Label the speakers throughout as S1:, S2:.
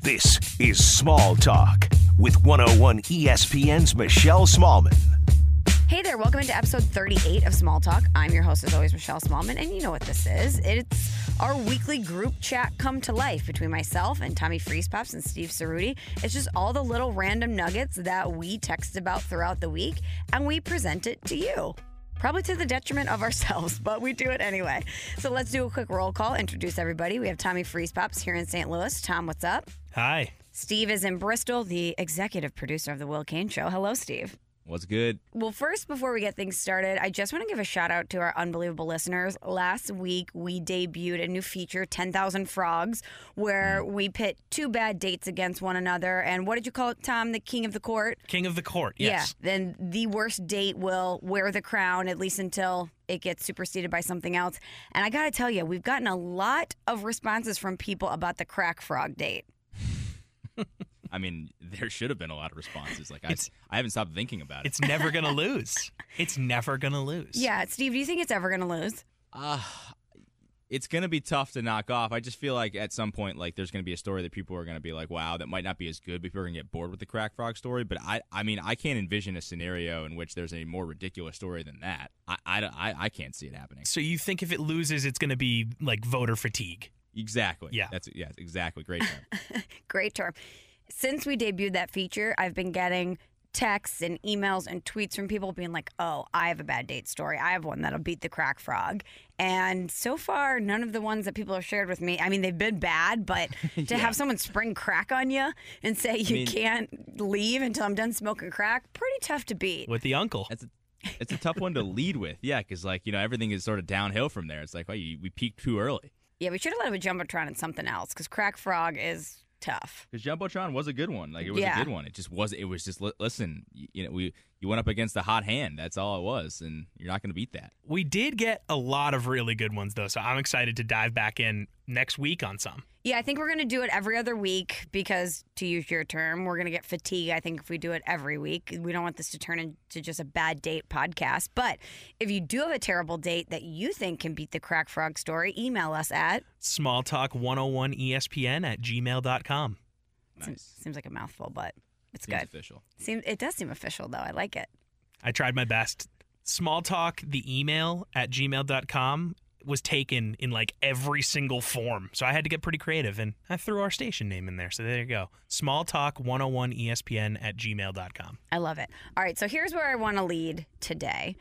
S1: This is Small Talk with 101 ESPN's Michelle Smallman.
S2: Hey there, welcome into episode 38 of Small Talk. I'm your host, as always, Michelle Smallman, and you know what this is. It's our weekly group chat come to life between myself and Tommy Freespops and Steve Cerruti. It's just all the little random nuggets that we text about throughout the week, and we present it to you. Probably to the detriment of ourselves, but we do it anyway. So let's do a quick roll call, introduce everybody. We have Tommy Freespops here in St. Louis. Tom, what's up?
S3: Hi.
S2: Steve is in Bristol, the executive producer of The Will Kane Show. Hello, Steve.
S3: What's good?
S2: Well, first, before we get things started, I just want to give a shout out to our unbelievable listeners. Last week, we debuted a new feature, 10,000 Frogs, where we pit two bad dates against one another. And what did you call it, Tom? The king of the court?
S3: King of the court. Yes.
S2: Yeah. Then the worst date will wear the crown, at least until it gets superseded by something else. And I got to tell you, we've gotten a lot of responses from people about the crack frog date.
S4: I mean, there should have been a lot of responses. Like I, I haven't stopped thinking about it.
S3: It's never going to lose. It's never going to lose.
S2: Yeah, Steve, do you think it's ever going to lose?
S4: Uh, it's going to be tough to knock off. I just feel like at some point, like there's going to be a story that people are going to be like, "Wow, that might not be as good." People are going to get bored with the crack frog story. But I, I mean, I can't envision a scenario in which there's a more ridiculous story than that. I, I, I, I can't see it happening.
S3: So you think if it loses, it's going to be like voter fatigue?
S4: Exactly.
S3: Yeah.
S4: That's yeah. Exactly. Great. term.
S2: Great term. Since we debuted that feature, I've been getting texts and emails and tweets from people being like, oh, I have a bad date story. I have one that'll beat the crack frog. And so far, none of the ones that people have shared with me, I mean, they've been bad, but to have someone spring crack on you and say you
S4: mean-
S2: can't leave until I'm done smoking crack, pretty tough to beat.
S3: With the uncle.
S4: That's a, it's a tough one to lead with. Yeah, because like you know everything is sort of downhill from there. It's like, oh, you, we peaked too early.
S2: Yeah, we should have let him a jumbotron and something else because crack frog is tough.
S4: Because jumbotron was a good one. Like it was
S2: Yeah.
S4: a good one. It just was. It was just li- listen. y- You know, we you went up against a hot hand. That's all it was, and you're not going to beat that.
S3: We did get a lot of really good ones, though, so I'm excited to dive back in next week on some.
S2: Yeah, I think we're going to do it every other week because, to use your term, we're going to get fatigue. I think if we do it every week, we don't want this to turn into just a bad date podcast. But if you do have a terrible date that you think can beat the crack frog story, email us at.
S3: E Smalltalk101ESPN at gmail.com.
S2: Seems, seems like a mouthful, but it's
S4: Seems
S2: good.
S4: official.
S2: Seems, it does seem official, though. I like it.
S3: I tried my best. Small talk, the email at gmail.com was taken in like every single form. So I had to get pretty creative and I threw our station name in there. So there you go. Small talk 101 ESPN at gmail.com.
S2: I love it. All right, so here's where I want to lead today.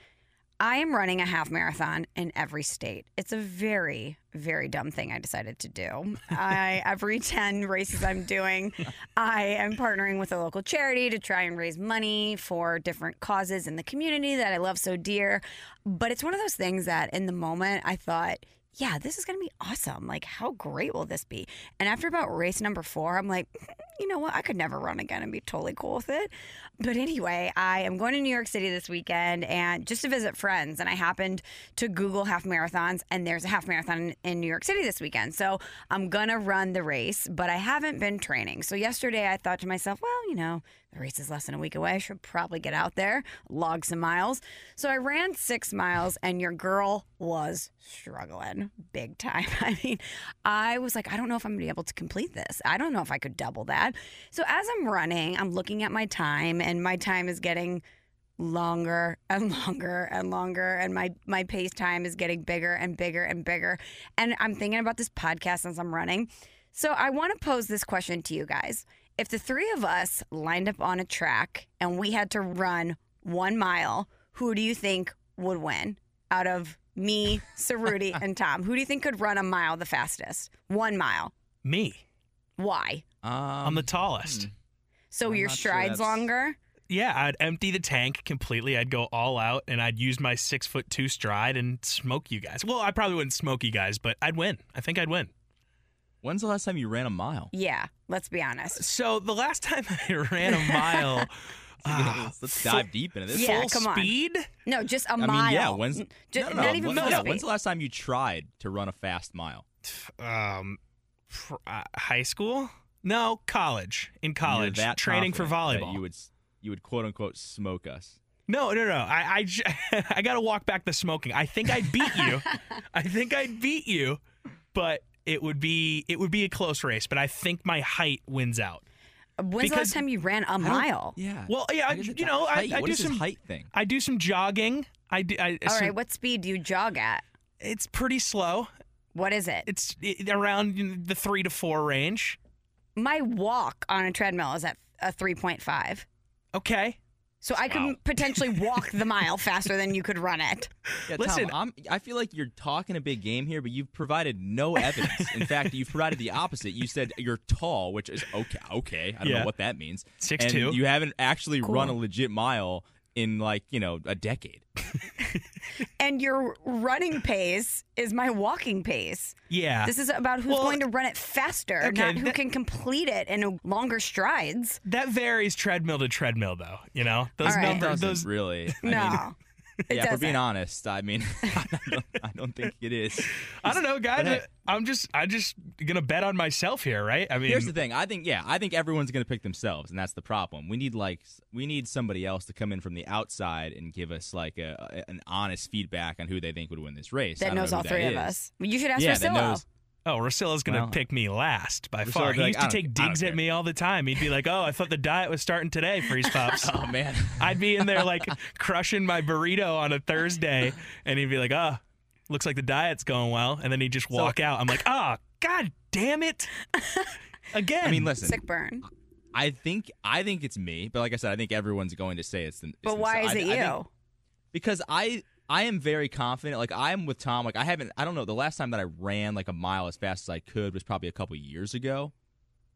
S2: I am running a half marathon in every state. It's a very, very dumb thing I decided to do. I, every 10 races I'm doing, I am partnering with a local charity to try and raise money for different causes in the community that I love so dear. But it's one of those things that in the moment I thought, yeah, this is going to be awesome. Like, how great will this be? And after about race number four, I'm like, you know what? I could never run again and be totally cool with it. But anyway, I am going to New York City this weekend and just to visit friends. And I happened to Google half marathons, and there's a half marathon in, in New York City this weekend. So I'm going to run the race, but I haven't been training. So yesterday I thought to myself, well, you know, the race is less than a week away. I should probably get out there, log some miles. So I ran six miles, and your girl was struggling big time. I mean, I was like, I don't know if I'm gonna be able to complete this. I don't know if I could double that. So as I'm running, I'm looking at my time, and my time is getting longer and longer and longer and my my pace time is getting bigger and bigger and bigger and I'm thinking about this podcast as I'm running so I want to pose this question to you guys if the three of us lined up on a track and we had to run 1 mile who do you think would win out of me Saruti and Tom who do you think could run a mile the fastest 1 mile
S3: Me.
S2: why
S4: Um, hmm.
S3: I'm the tallest.
S2: so
S4: I'm
S2: your
S4: not sure
S2: strides
S4: that's-
S2: longer
S3: Yeah, I'd empty the tank completely. I'd go all out and I'd use my six foot two stride and smoke you guys. Well, I probably wouldn't smoke you guys, but I'd win. I think I'd win.
S4: When's the last time you ran a mile?
S2: yeah let's be honest
S3: So the last time I ran a mile, ah,
S4: let's let's dive deep into this.
S2: Yeah,
S3: full
S2: come on.
S3: speed.
S2: no just a
S4: I
S2: mile
S4: mean, yeah. When's
S2: N- ju-
S4: no, no,
S2: not even
S4: when- no,
S2: full
S4: When's
S2: speed.
S4: the last time you tried to run a fast mile?
S3: um, pr- uh, high school? No, college. In
S4: You're
S3: college,
S4: that
S3: training for
S4: confident that
S3: volleyball.
S4: You would s- you would quote unquote smoke us.
S3: No, no, no. I, I, j- I got to walk back the smoking. I think I beat you. I think I beat you, but it would be it would be a close race, but I think my height wins out.
S2: When's the
S3: Because-
S2: last time you ran a mile?
S4: Yeah.
S3: Well, yeah,
S4: How
S3: I-
S4: does it-
S3: you know, I-
S4: Uh, height,
S3: I
S4: what
S3: do
S4: is this
S3: some-
S4: height thing.
S3: I do some jogging. I do. I,
S2: All
S3: some-
S2: right, what speed do you jog at?
S3: It's pretty slow.
S2: What is it?
S3: It's it, around the three to four range.
S2: My walk on a treadmill is at a 3.5.
S3: Okay.
S2: So I could
S4: Wow.
S2: potentially walk the mile faster than you could run it.
S4: Yeah,
S3: Listen,
S4: Tom, I'm, I feel like you're talking a big game here, but you've provided no evidence. In fact, you've provided the opposite. You said you're tall, which is okay. Okay, I don't
S3: Yeah.
S4: know what that means.
S3: 6'2".
S4: And You haven't actually
S2: Cool.
S4: run a legit mile in like you know a decade.
S2: And your running pace is my walking pace.
S4: Ah.
S3: Yeah.
S2: This is about who's
S3: Well,
S2: going to run it faster,
S3: okay,
S2: not who
S3: that-
S2: can complete it in longer strides.
S3: that varies treadmill to treadmill, though. You know those
S2: All right.
S3: numbers.
S4: Doesn't
S3: Those
S4: really. I
S2: no. it
S4: mean, yeah, if we're
S2: doesn't.
S4: being honest, I mean, I don't, I don't think it is.
S3: I don't know, guys.
S4: hey.
S3: I'm just I'm just gonna bet on myself here, right? I mean,
S4: Here's the thing. I think yeah, I think everyone's going to pick themselves, and that's the problem. We need like s- we need somebody else to come in from the outside and give us like a, a- an honest feedback on who they think would win this race.
S2: that
S4: I don't know
S2: knows
S4: who
S2: all
S4: that
S2: three of
S4: is.
S2: us. You should ask
S4: yeah,
S2: Rosillo.
S4: that knows.
S3: oh, Rosillo's gonna
S4: Well,
S3: pick me last by
S4: Rosillo
S3: far.
S4: would be
S3: He
S4: like,
S3: used
S4: "I
S3: to
S4: don't
S3: take
S4: care. I don't
S3: digs at
S4: care."
S3: me all the time. He'd be like, "Oh, I thought the diet was starting today, freeze pops."
S4: Oh man,
S3: I'd be in there like crushing my burrito on a Thursday, and he'd be like, "Oh, looks like the diet's going well," and then he'd just walk out. I'm like, "Ah, god damn it!" Again,
S4: I mean, listen.
S2: Sick burn.
S4: I think I think it's me, but like I said, I think everyone's going to say it's. The, it's
S2: But why is
S4: themselves.
S2: it
S4: I-
S2: you?
S4: I think- because I I am very confident. Like I'm with Tom. Like I haven't. I don't know. The last time that I ran like a mile as fast as I could was probably a couple years ago.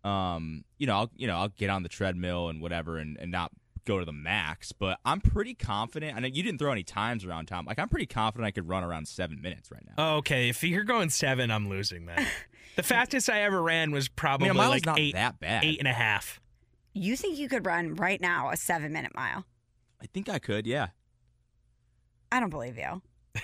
S4: Um, you know, I'll you know I'll get on the treadmill and whatever, and and not go to the max. But I'm pretty confident. I know you didn't throw any times around, Tom. Like I'm pretty confident I could run around seven minutes right now.
S3: Oh, okay, if you're going seven, I'm losing that. The fastest I ever ran was
S4: I
S3: probably
S4: mean, a mile's
S3: like
S4: not
S3: eight,
S4: that bad.
S3: eight and a half.
S2: you think you could run right now a seven minute mile?
S4: I think I could. Yeah.
S2: I don't believe you.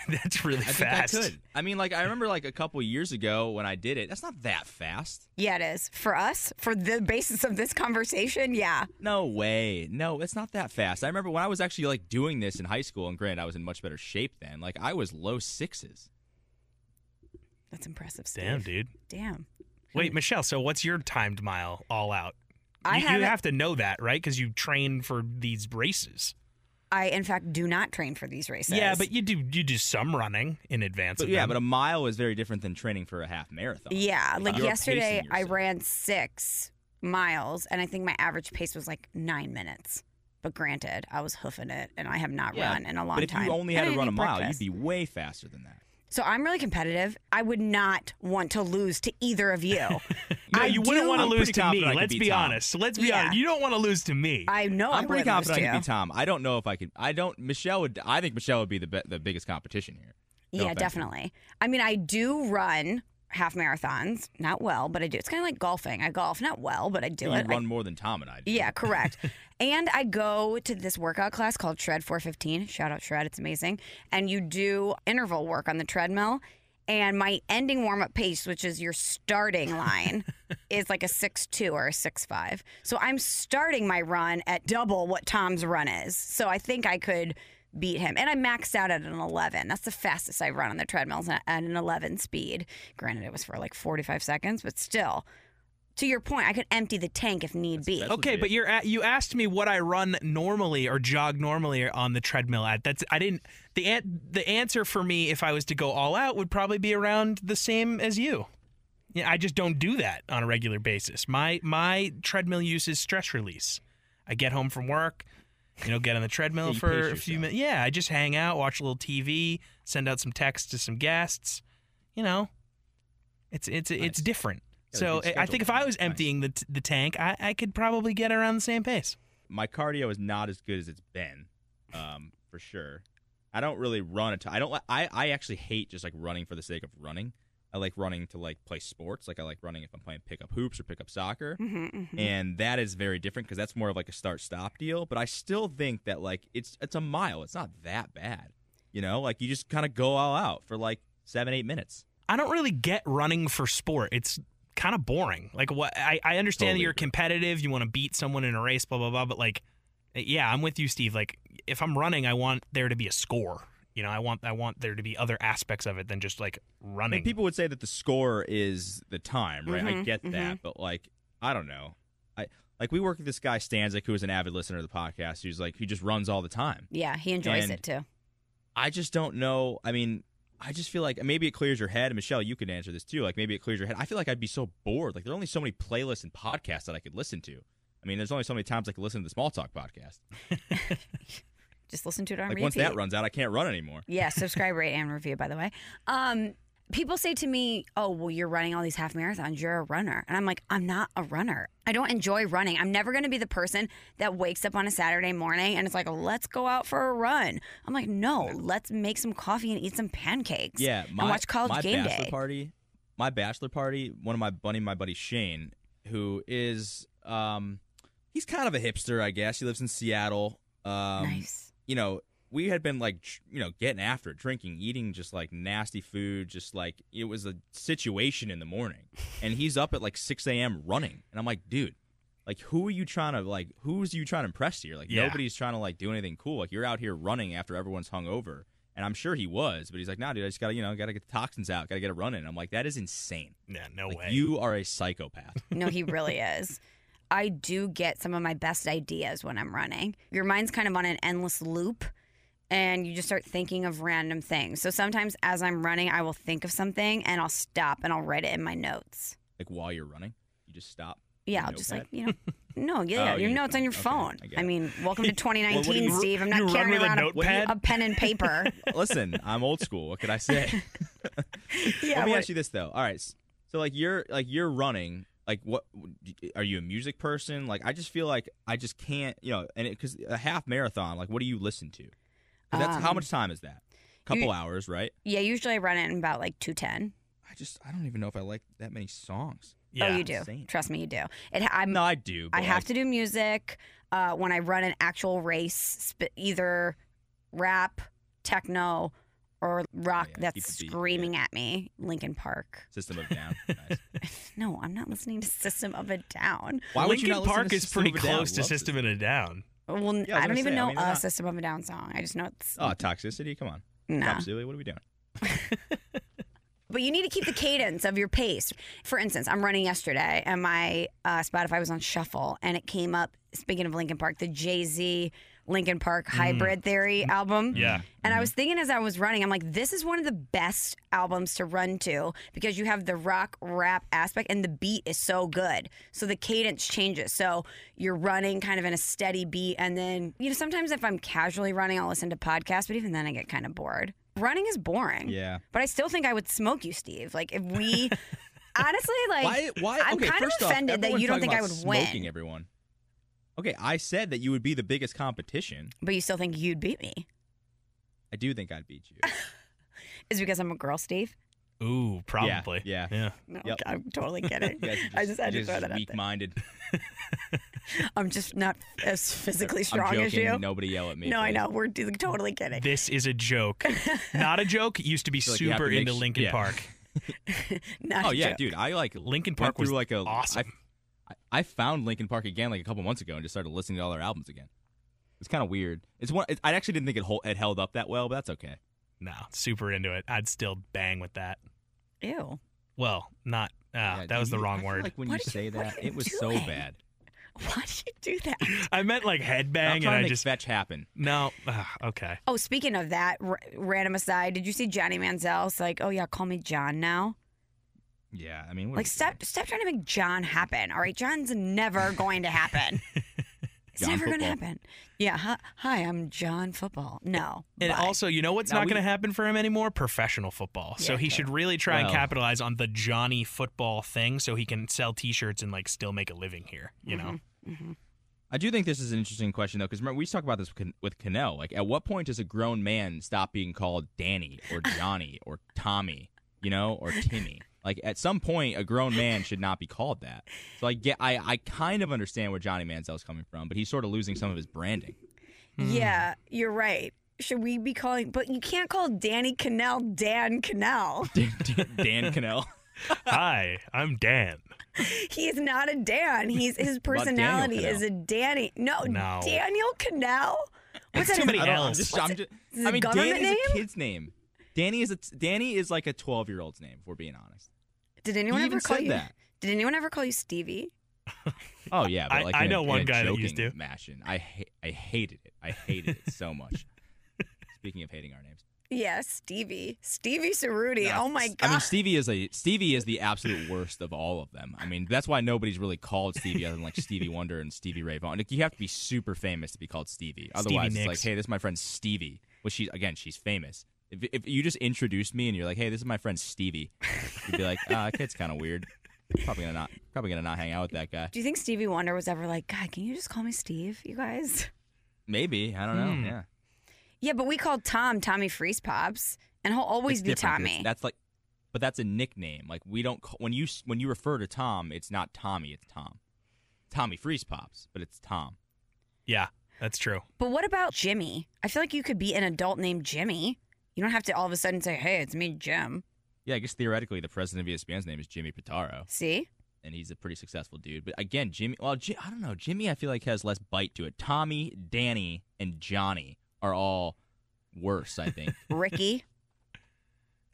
S3: That's really
S4: I
S3: fast.
S4: think I could. I mean, like I remember like a couple years ago when I did it. That's not that fast.
S2: Yeah, it is. For us, for the basis of this conversation, yeah.
S4: No way. No, it's not that fast. I remember when I was actually like doing this in high school, and granted, I was in much better shape then. Like I was low sixes.
S2: That's impressive. Steve.
S3: Damn, dude.
S2: Damn.
S3: Wait, Michelle. So, what's your timed mile all out?
S2: I
S3: you, you
S2: haven't-
S3: have to know that, right? Because you train for these races.
S2: I, in fact, do not train for these races.
S3: Yeah, but you do you do some running in advance.
S4: But
S3: of
S4: yeah,
S3: them.
S4: but a mile is very different than training for a half marathon.
S2: Yeah, like
S4: You're
S2: yesterday,
S4: pacing
S2: I
S4: yourself.
S2: ran six miles, and I think my average pace was like nine minutes. But granted, I was hoofing it, and I have not
S4: Yeah,
S2: run in a long
S4: But if
S2: time.
S4: you only
S2: And
S4: had
S2: I
S4: to
S2: didn't
S4: run a
S2: eat
S4: mile,
S2: breakfast.
S4: you'd be way faster than that.
S2: So I'm really competitive. I would not want to lose to either of you.
S3: No,
S2: I
S3: you
S2: do-
S3: wouldn't want to
S4: I'm
S3: lose
S4: pretty
S3: to me.
S4: confident I could
S3: Let's
S4: beat
S3: be
S4: Tom.
S3: honest. Let's be
S2: Yeah.
S3: honest. You don't want to lose to me.
S2: I know Oh,
S4: I'm
S2: I
S4: pretty
S2: would lose
S4: confident I
S2: to.
S4: could be Tom. I don't know if I could. I don't. Michelle would. I think Michelle would be the be, the biggest competition here. No
S2: yeah,
S4: offense.
S2: definitely. I mean, I do run half marathons, not well, but I do. It's kind of like golfing. I golf not well, but I do
S4: You
S2: it. I-
S4: run more than Tom and I. Do.
S2: yeah, correct. and I go to this workout class called Shred 415. Shout out Shred, it's amazing. And you do interval work on the treadmill. And my ending warm up pace, which is your starting line, is like a six two or a six five. So I'm starting my run at double what Tom's run is. So I think I could beat him. And I maxed out at an 11. That's the fastest I've run on the treadmills at an 11 speed. Granted, it was for like 45 seconds, but still, to your point, I could empty the tank if need be.
S4: that's
S3: Okay,
S4: legit.
S3: but you're at, you asked me what I run normally or jog normally on the treadmill at. That's I didn't the an, the answer for me if I was to go all out would probably be around the same as you. Yeah, I just don't do that on a regular basis. My my treadmill use is stress release. I get home from work, you know, get on the treadmill
S4: Yeah, you
S3: for
S4: pace
S3: a few
S4: yourself.
S3: minutes. Yeah, I just hang out, watch a little TV, send out some texts to some guests. You know, it's it's it's
S4: Nice.
S3: different.
S4: Yeah,
S3: so
S4: good
S3: I- I think if
S4: schedule.
S3: I was
S4: Nice.
S3: emptying the, t- the tank, I, I could probably get around the same pace.
S4: my cardio is not as good as it's been, um, for sure. I don't really run a ton. I don't. li- I I actually hate just like running for the sake of running. I like running to like play sports. Like I like running if I'm playing pick up hoops or pick up soccer, and that is very different because that's more of like a start stop deal. But I still think that like it's it's a mile. It's not that bad, you know. Like you just kind of go all out for like seven eight minutes.
S3: I don't really get running for sport. It's kind of boring. Like what I, I understand
S4: Totally
S3: that you're
S4: agree.
S3: competitive, you want to beat someone in a race, blah blah blah. But like, yeah, I'm with you, Steve. Like if I'm running, I want there to be a score. You know, I want I want there to be other aspects of it than just like
S4: I
S3: running.
S4: mean, Mm-hmm, people would say that the score is the time, right? I
S2: Mhm,
S4: get that, but like, I don't know. I like we work with this guy Stanzik, who is an avid listener of the podcast, who's like he just runs all the time.
S2: Yeah, he enjoys
S4: And-
S2: it too.
S4: I just don't know. I mean, I just feel like maybe it clears your head. And Michelle, you could answer this too. Like maybe it clears your head. I feel like I'd be so bored. Like there are only so many playlists and podcasts that I could listen to. I mean, there's only so many times I could listen to the Small Talk podcast.
S2: Just listen to it on
S4: Like
S2: repeat.
S4: once that runs out, I can't run anymore.
S2: Yeah, subscribe, rate, and review, by the way. Um, people say to me, Oh, well, you're running all these half marathons. You're a runner. And I'm like, I'm not a runner. I don't enjoy running. I'm never going to be the person that wakes up on a Saturday morning and it's like, Let's go out for a run. I'm like, No, let's make some coffee and eat some pancakes.
S4: Yeah, my,
S2: and watch college
S4: my
S2: game
S4: bachelor
S2: day.
S4: party. My bachelor party. One of my buddy, my buddy Shane, who is um, he's kind of a hipster, I guess. He lives in Seattle. Um,
S2: nice.
S4: You know, we had been like, tr- you know, getting after it, drinking, eating just like nasty food, just like it was a situation in the morning. And he's up at like six a.m. running, and I'm like, dude. Like who are you trying to like? Who's you trying to impress here? Like
S3: Yeah.
S4: nobody's trying to like do anything cool. Like you're out here running after everyone's hungover, and I'm sure he was, but he's like, nah, dude, I just gotta you know gotta get the toxins out, gotta get a run in. I'm like, that is insane.
S3: yeah, no
S4: like
S3: way.
S4: you are a psychopath.
S2: No, he really is. I do get some of my best ideas when I'm running. Your mind's kind of on an endless loop and you just start thinking of random things. So sometimes as I'm running, I will think of something and I'll stop and I'll write it in my notes.
S4: like while you're running, you just stop.
S2: Yeah,
S4: Your
S2: I'll just like,
S4: notepad?
S2: you know, no, yeah,
S4: Oh,
S2: your
S4: you-
S2: notes on your
S4: okay,
S2: phone.
S4: I get
S2: I,
S4: it.
S2: mean, welcome to 2019,
S3: you-
S2: Steve. I'm
S3: you
S2: not
S3: run
S2: carrying
S3: with a
S2: around
S3: notepad?
S2: a pen and paper.
S4: Listen, I'm old school. What could I say?
S2: yeah,
S4: Let me
S2: what-
S4: ask you this though. All right, s- so like you're like you're running. Like what? Are you a music person? Like I just feel like I just can't. You know, and because a half marathon, like what do you listen to? 'Cause That's how
S2: Um,
S4: much time is that? Couple hours, right?
S2: yeah, usually I run it in about like 210.
S4: I just I don't even know if I like that many songs.
S3: yeah.
S2: oh, you do.
S4: insane.
S2: Trust me, you do. It, I'm
S4: No, I do. But
S2: I have to do music uh, when I run an actual race, sp- either rap, techno, or rock
S4: yeah, keep
S2: that's
S4: the beat, yeah.
S2: screaming at me. Lincoln Park.
S4: System of a Down. Nice.
S2: No, I'm not listening to System of a Down.
S4: Why would you
S3: Linkin
S4: not listen
S3: Park
S4: to
S3: is
S4: System
S3: pretty
S4: of a Down?
S3: close to
S4: Love
S3: System of a Down.
S2: Well, n-
S4: Yeah, I was
S2: I don't
S4: gonna
S2: even
S4: say, I
S2: know
S4: mean,
S2: a
S4: they're not-
S2: System of a Down song. I just know it's
S4: Oh, toxicity! Come on,
S2: nah.
S4: Top Sealy, what are we doing?
S2: But you need to keep the cadence of your pace. For instance, I'm running yesterday, and my uh, Spotify was on shuffle, and it came up. Speaking of Lincoln Park, the Jay Z Lincoln Park
S4: Mm.
S2: Hybrid Theory album.
S3: Yeah.
S2: And I
S4: Mm-hmm.
S2: was thinking as I was running, I'm like, this is one of the best albums to run to because you have the rock rap aspect and the beat is so good. So the cadence changes. So you're running kind of in a steady beat. And then, you know, sometimes if I'm casually running, I'll listen to podcasts, but even then I get kind of bored. Running is boring.
S4: Yeah.
S2: But I still think I would smoke you, Steve. Like if we honestly like
S4: Why? Why?
S2: I'm
S4: okay,
S2: kind of
S4: first
S2: offended
S4: off,
S2: that you
S4: everyone's
S2: don't think I
S4: talking
S2: would
S4: about
S2: win.
S4: Smoking everyone. Okay, I said that you would be the biggest competition.
S2: But you still think you'd beat me.
S4: I do think I'd beat you.
S2: Is it because I'm a girl, Steve?
S3: Ooh, probably.
S4: yeah.
S3: Yeah.
S2: No,
S4: Yep.
S2: I'm totally kidding.
S4: You guys are
S2: I just had
S4: you
S2: to
S4: guys
S2: throw
S4: are
S2: that out there.
S4: Weak-minded.
S2: I'm just not as physically strong
S4: I'm joking.
S2: as you.
S4: Nobody yell at me.
S2: no, I
S4: please.
S2: know. We're d- totally kidding.
S3: This is a joke. Not a joke. Used to be
S4: feel like you have
S3: super
S4: to make
S3: into
S4: sh-
S3: Lincoln
S4: yeah.
S3: Park.
S2: Not
S4: Oh
S2: a
S4: yeah,
S2: joke.
S4: dude. I like
S3: Lincoln
S4: went
S3: Park was
S4: through like a
S3: awesome.
S4: I, I found Lincoln Park again like a couple months ago and just started listening to all their albums again. It's kind of weird. It's one. It, I actually didn't think it, hol- it held up that well, but that's okay.
S3: No, super into it. I'd still bang with that.
S2: Ew.
S3: Well, not. Uh,
S4: Yeah,
S3: that was
S4: you-
S3: the
S4: I
S3: wrong
S4: feel
S3: word.
S4: Like when
S2: What
S4: you
S2: did you-
S4: say
S2: what
S4: that,
S2: are you
S4: it was so
S2: doing?
S4: bad.
S2: Why did you do that?
S3: I meant like
S4: I'm
S3: headbang, and
S4: trying to
S3: I
S4: make
S3: just
S4: fetch happen.
S3: no. ah, okay.
S2: Oh, speaking of that, r- random aside, did you see Johnny Manziel's like, oh yeah, call me John now?
S4: Yeah, I mean, what are
S2: Like,
S4: we
S2: stop, stop trying to make John happen. All right, John's never going to happen. It's
S4: John
S2: never going to
S4: football.
S2: happen. Yeah. Hi, hi, I'm John Football. No.
S3: And
S2: bye.
S3: also, you know what's
S4: Now
S3: not
S4: we-
S3: going to happen for him anymore? Professional football. so
S2: Yeah,
S3: he
S2: okay.
S3: should really try and
S4: Well.
S3: capitalize on the Johnny football thing, so he can sell T-shirts and like still make a living here. You know.
S4: I do think this is an interesting question though, because remember we talk about this with, Can- with Cano. Like, at what point does a grown man stop being called Danny or Johnny or Tommy, you know, or Timmy? Like, at some point, a grown man should not be called that. So I get, I, I kind of understand where Johnny Manziel's coming from, but he's sort of losing some of his branding. hmm.
S2: Yeah, you're right. Should we be calling? But you can't call Danny Cannell Dan Cannell.
S4: Dan, Dan Cano. Mm-hmm.
S3: Hi, I'm Dan.
S2: He is not a Dan. He's his
S4: about Daniel
S2: personality
S4: Cannell?
S2: is a Danny. No,
S3: No.
S2: Daniel Cannell. What's that?
S3: somebody
S2: his-
S4: I don't, I'm
S3: else.
S4: just, I'm just,
S2: Is it
S4: I mean,
S2: government
S4: Danny is
S2: name?
S4: a kid's name. Danny is a t- Danny is like a 12 year old's name. If we're being honest.
S2: Did anyone
S4: He
S2: ever
S4: even
S2: call
S4: said
S2: you?
S4: that.
S2: Did anyone ever call you Stevie?
S4: Oh yeah,
S3: I-
S4: but like
S3: I
S4: in
S3: know
S4: a,
S3: one
S4: in a
S3: guy that
S4: joking
S3: used to.
S4: Fashion. I ha- I hated it. I hated it so much. Speaking of hating our names,
S2: Yes, Stevie. Stevie Cerruti.
S4: No,
S2: oh my
S4: S-
S2: god.
S4: I mean, Stevie is a Stevie is the absolute worst of all of them. I mean, that's why nobody's really called Stevie other than like Stevie Wonder and Stevie Ray Vaughan. Like, you have to be super famous to be called Stevie. Otherwise, it's like,
S3: Nicks.
S4: hey, this is my friend Stevie. Well, she's again, she's famous. If, if you just introduced me and you're like, hey, this is my friend Stevie, you'd be like, ah, that kid's kind of weird. Probably gonna not. Probably gonna not hang out with that guy.
S2: Do you think Stevie Wonder was ever like, God, can you just call me Steve, you guys?
S4: Maybe I don't know.
S3: Hmm.
S4: Yeah,
S2: Yeah, but we called Tom Tommy Freeze Pops, and he'll always
S4: It's
S2: be
S4: different 'cause
S2: Tommy.
S4: That's like, but that's a nickname. Like we don't call, when you s- when you refer to Tom, it's not Tommy, it's Tom. Tommy Freeze Pops, but it's Tom.
S3: Yeah, that's true.
S2: But what about Jimmy? I feel like you could be an adult named Jimmy. You don't have to all of a sudden say, Hey, it's me, Jim.
S4: Yeah, I guess theoretically the president of E ESPN's name is Jimmy Pitaro,
S2: See?
S4: and he's a pretty successful dude. But again, Jimmy, well, Ji- I don't know. Jimmy, I feel like has less bite to it. Tommy, Danny, and Johnny are all worse. I think.
S2: Ricky.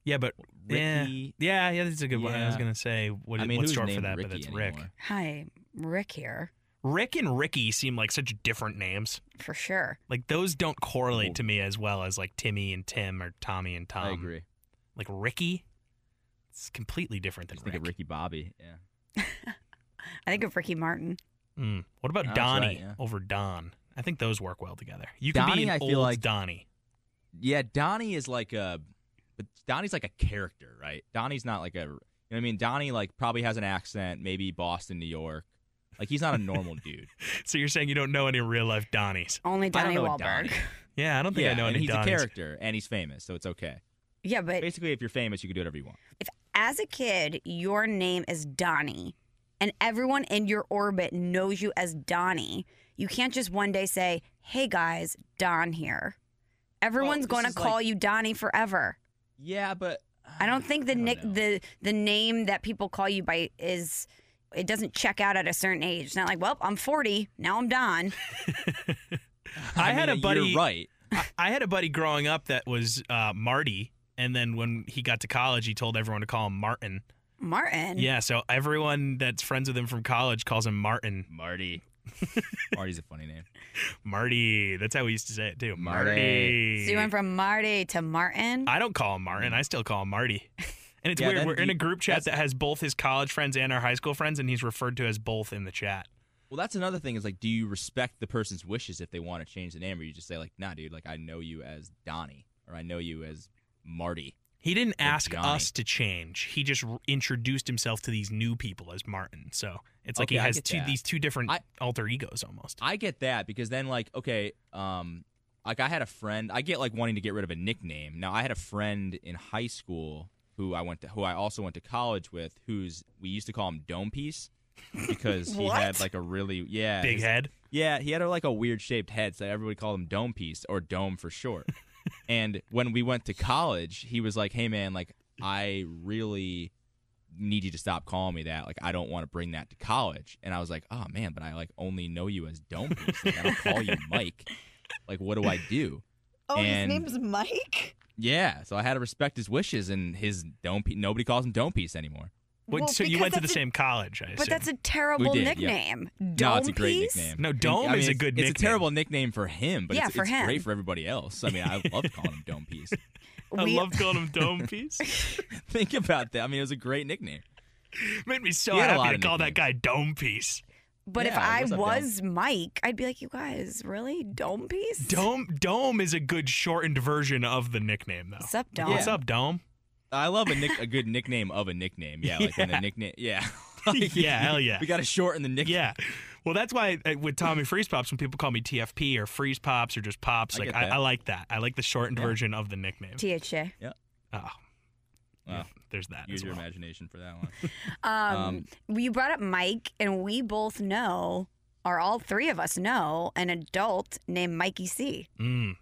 S3: Yeah, but yeah.
S4: Ricky-
S3: Yeah, yeah, that's a good one. I was
S4: Yeah.
S3: gonna say what
S4: I mean,
S3: what's
S4: who's
S3: short for
S4: named
S3: that,
S4: Ricky
S3: but it's Rick.
S4: anymore?
S2: Hi, Rick here,
S3: Rick and Ricky seem like such different names.
S2: for sure.
S3: Like those don't correlate
S4: Well-
S3: to me as well as like Timmy and Tim or Tommy and Tom.
S4: I agree.
S3: Like Ricky, it's completely different than
S4: Just
S3: Rick.
S4: think of Ricky Bobby. Yeah.
S2: I think of Ricky Martin.
S3: Mm. What about
S4: That's
S3: Donnie
S4: right, yeah.
S3: over Don? I think those work well together. You could be
S4: Donnie,
S3: an
S4: I
S3: old
S4: feel like-
S3: Donnie.
S4: Yeah, Donnie is like a, but Donnie's like a character, right? Donnie's not like a, you know what I mean? Donnie like probably has an accent, maybe Boston, New York. Like he's not a normal dude.
S3: So you're saying you don't know any real life Donnies?
S2: Only
S4: I don't
S2: Donnie
S4: know a
S2: Wahlberg.
S4: Donnie.
S3: Yeah, I don't think
S4: yeah,
S3: I know
S4: and
S3: any
S4: he's
S3: Donnies.
S4: a character and he's famous, so it's okay.
S2: Yeah, but
S4: Basically, if you're famous, you can do whatever you want.
S2: if as a kid your name is Donnie and everyone in your orbit knows you as Donnie, you can't just one day say, Hey guys, Don here. Everyone's
S4: this
S2: gonna
S4: is
S2: call
S4: like-
S2: you Donnie forever.
S4: Yeah, but
S2: I don't think the nick
S4: know.
S2: the the name that people call you by is it doesn't check out at a certain age. It's not like, well, I'm 40, now I'm Don.
S3: I had
S4: mean,
S3: a buddy-
S4: You're right.
S3: I, I had a buddy growing up that was uh, Marty, and then when he got to college, he told everyone to call him Martin.
S2: Martin.
S3: Yeah, so everyone that's friends with him from college calls him Martin.
S4: Marty. Marty's a funny name.
S3: Marty. That's how we used to say it too.
S4: Marty.
S3: Marty.
S2: So you went from Marty to Martin.
S3: I don't call him Martin. I still call him Marty. And it's
S4: Yeah,
S3: weird.
S4: then
S3: We're in
S4: you-
S3: a group chat
S4: that's-
S3: that has both his college friends and our high school friends, and he's referred to as both in the chat.
S4: Well, that's another thing is like, do you respect the person's wishes if they want to change the name, or you just say like, nah, dude, like I know you as Donnie, or I know you as Marty.
S3: He didn't
S4: Or
S3: ask
S4: Johnny.
S3: us to change. He just r introduced himself to these new people as Martin. So it's like he
S4: Okay, I
S3: has
S4: get
S3: two
S4: that.
S3: these two different
S4: I-
S3: alter egos almost.
S4: I get that because then like okay, um like I had a friend, I get like wanting to get rid of a nickname. Now I had a friend in high school who I went to who I also went to college with who's we used to call him Dome Piece because he
S2: What?
S4: had like a really yeah,
S3: Big
S4: his-
S3: head.
S4: Yeah, he had a, like a weird shaped head, so everybody called him Dome Piece or Dome for short. and when we went to college, he was like, "Hey man, like I really need you to stop calling me that. Like I don't want to bring that to college." And I was like, "Oh man, but I like only know you as Dome Piece. Like, I don't call you Mike. Like what do I do?"
S2: oh,
S4: and-
S2: is Mike?
S4: Yeah, so I had to respect his wishes, and his Dome Piece. Nobody calls him Dome Piece anymore.
S3: What-
S2: Well,
S3: so you
S2: because
S3: went to the
S2: that's a-
S3: same college, I assume.
S2: But that's a terrible
S4: did, yeah.
S2: nickname.
S4: no,
S2: Dome
S4: it's a great
S2: piece?
S4: nickname.
S3: No, Dome
S4: I mean,
S3: is a
S4: it's-
S3: good
S4: It's
S3: nickname.
S4: a terrible nickname for him, but
S2: Yeah,
S4: it's,
S2: for
S4: it's
S2: him.
S4: great for everybody else. I mean, I love calling him Dome Piece.
S3: I
S2: We-
S3: love calling him Dome Piece.
S4: Think about that. I mean, it was a great nickname.
S3: Made me so
S4: He had a lot
S3: happy to
S4: of
S3: call that
S4: nicknames.
S3: guy Dome Piece.
S2: But
S4: Yeah,
S2: if
S4: what's
S2: I
S4: up, Dome?
S2: was Mike, I'd be like, you guys, really? Dome piece?
S3: Dome Dome is a good shortened version of the nickname though.
S2: What's up, Dome?
S3: What's
S4: Yeah.
S3: up, Dome?
S4: I love a nick, a good nickname of a nickname. Yeah, like when
S3: Yeah.
S4: the nickname. Yeah, Like,
S3: Yeah, hell yeah.
S4: We got to shorten the nickname.
S3: Yeah. Well, that's why uh, with Tommy Freeze Pops, when people call me TFP or Freeze Pops or just Pops,
S4: I
S3: like
S4: get
S3: I,
S4: that.
S3: I like that. I like the shortened
S4: Yeah.
S3: version of the nickname.
S2: THJ.
S3: oh, yeah,
S4: Wow.
S3: there's that.
S4: Use
S3: as
S4: your
S3: well.
S4: imagination for that one.
S2: Um, you brought up Mike, and we both know, or all three of us know, an adult named Mikey C.
S3: Mm.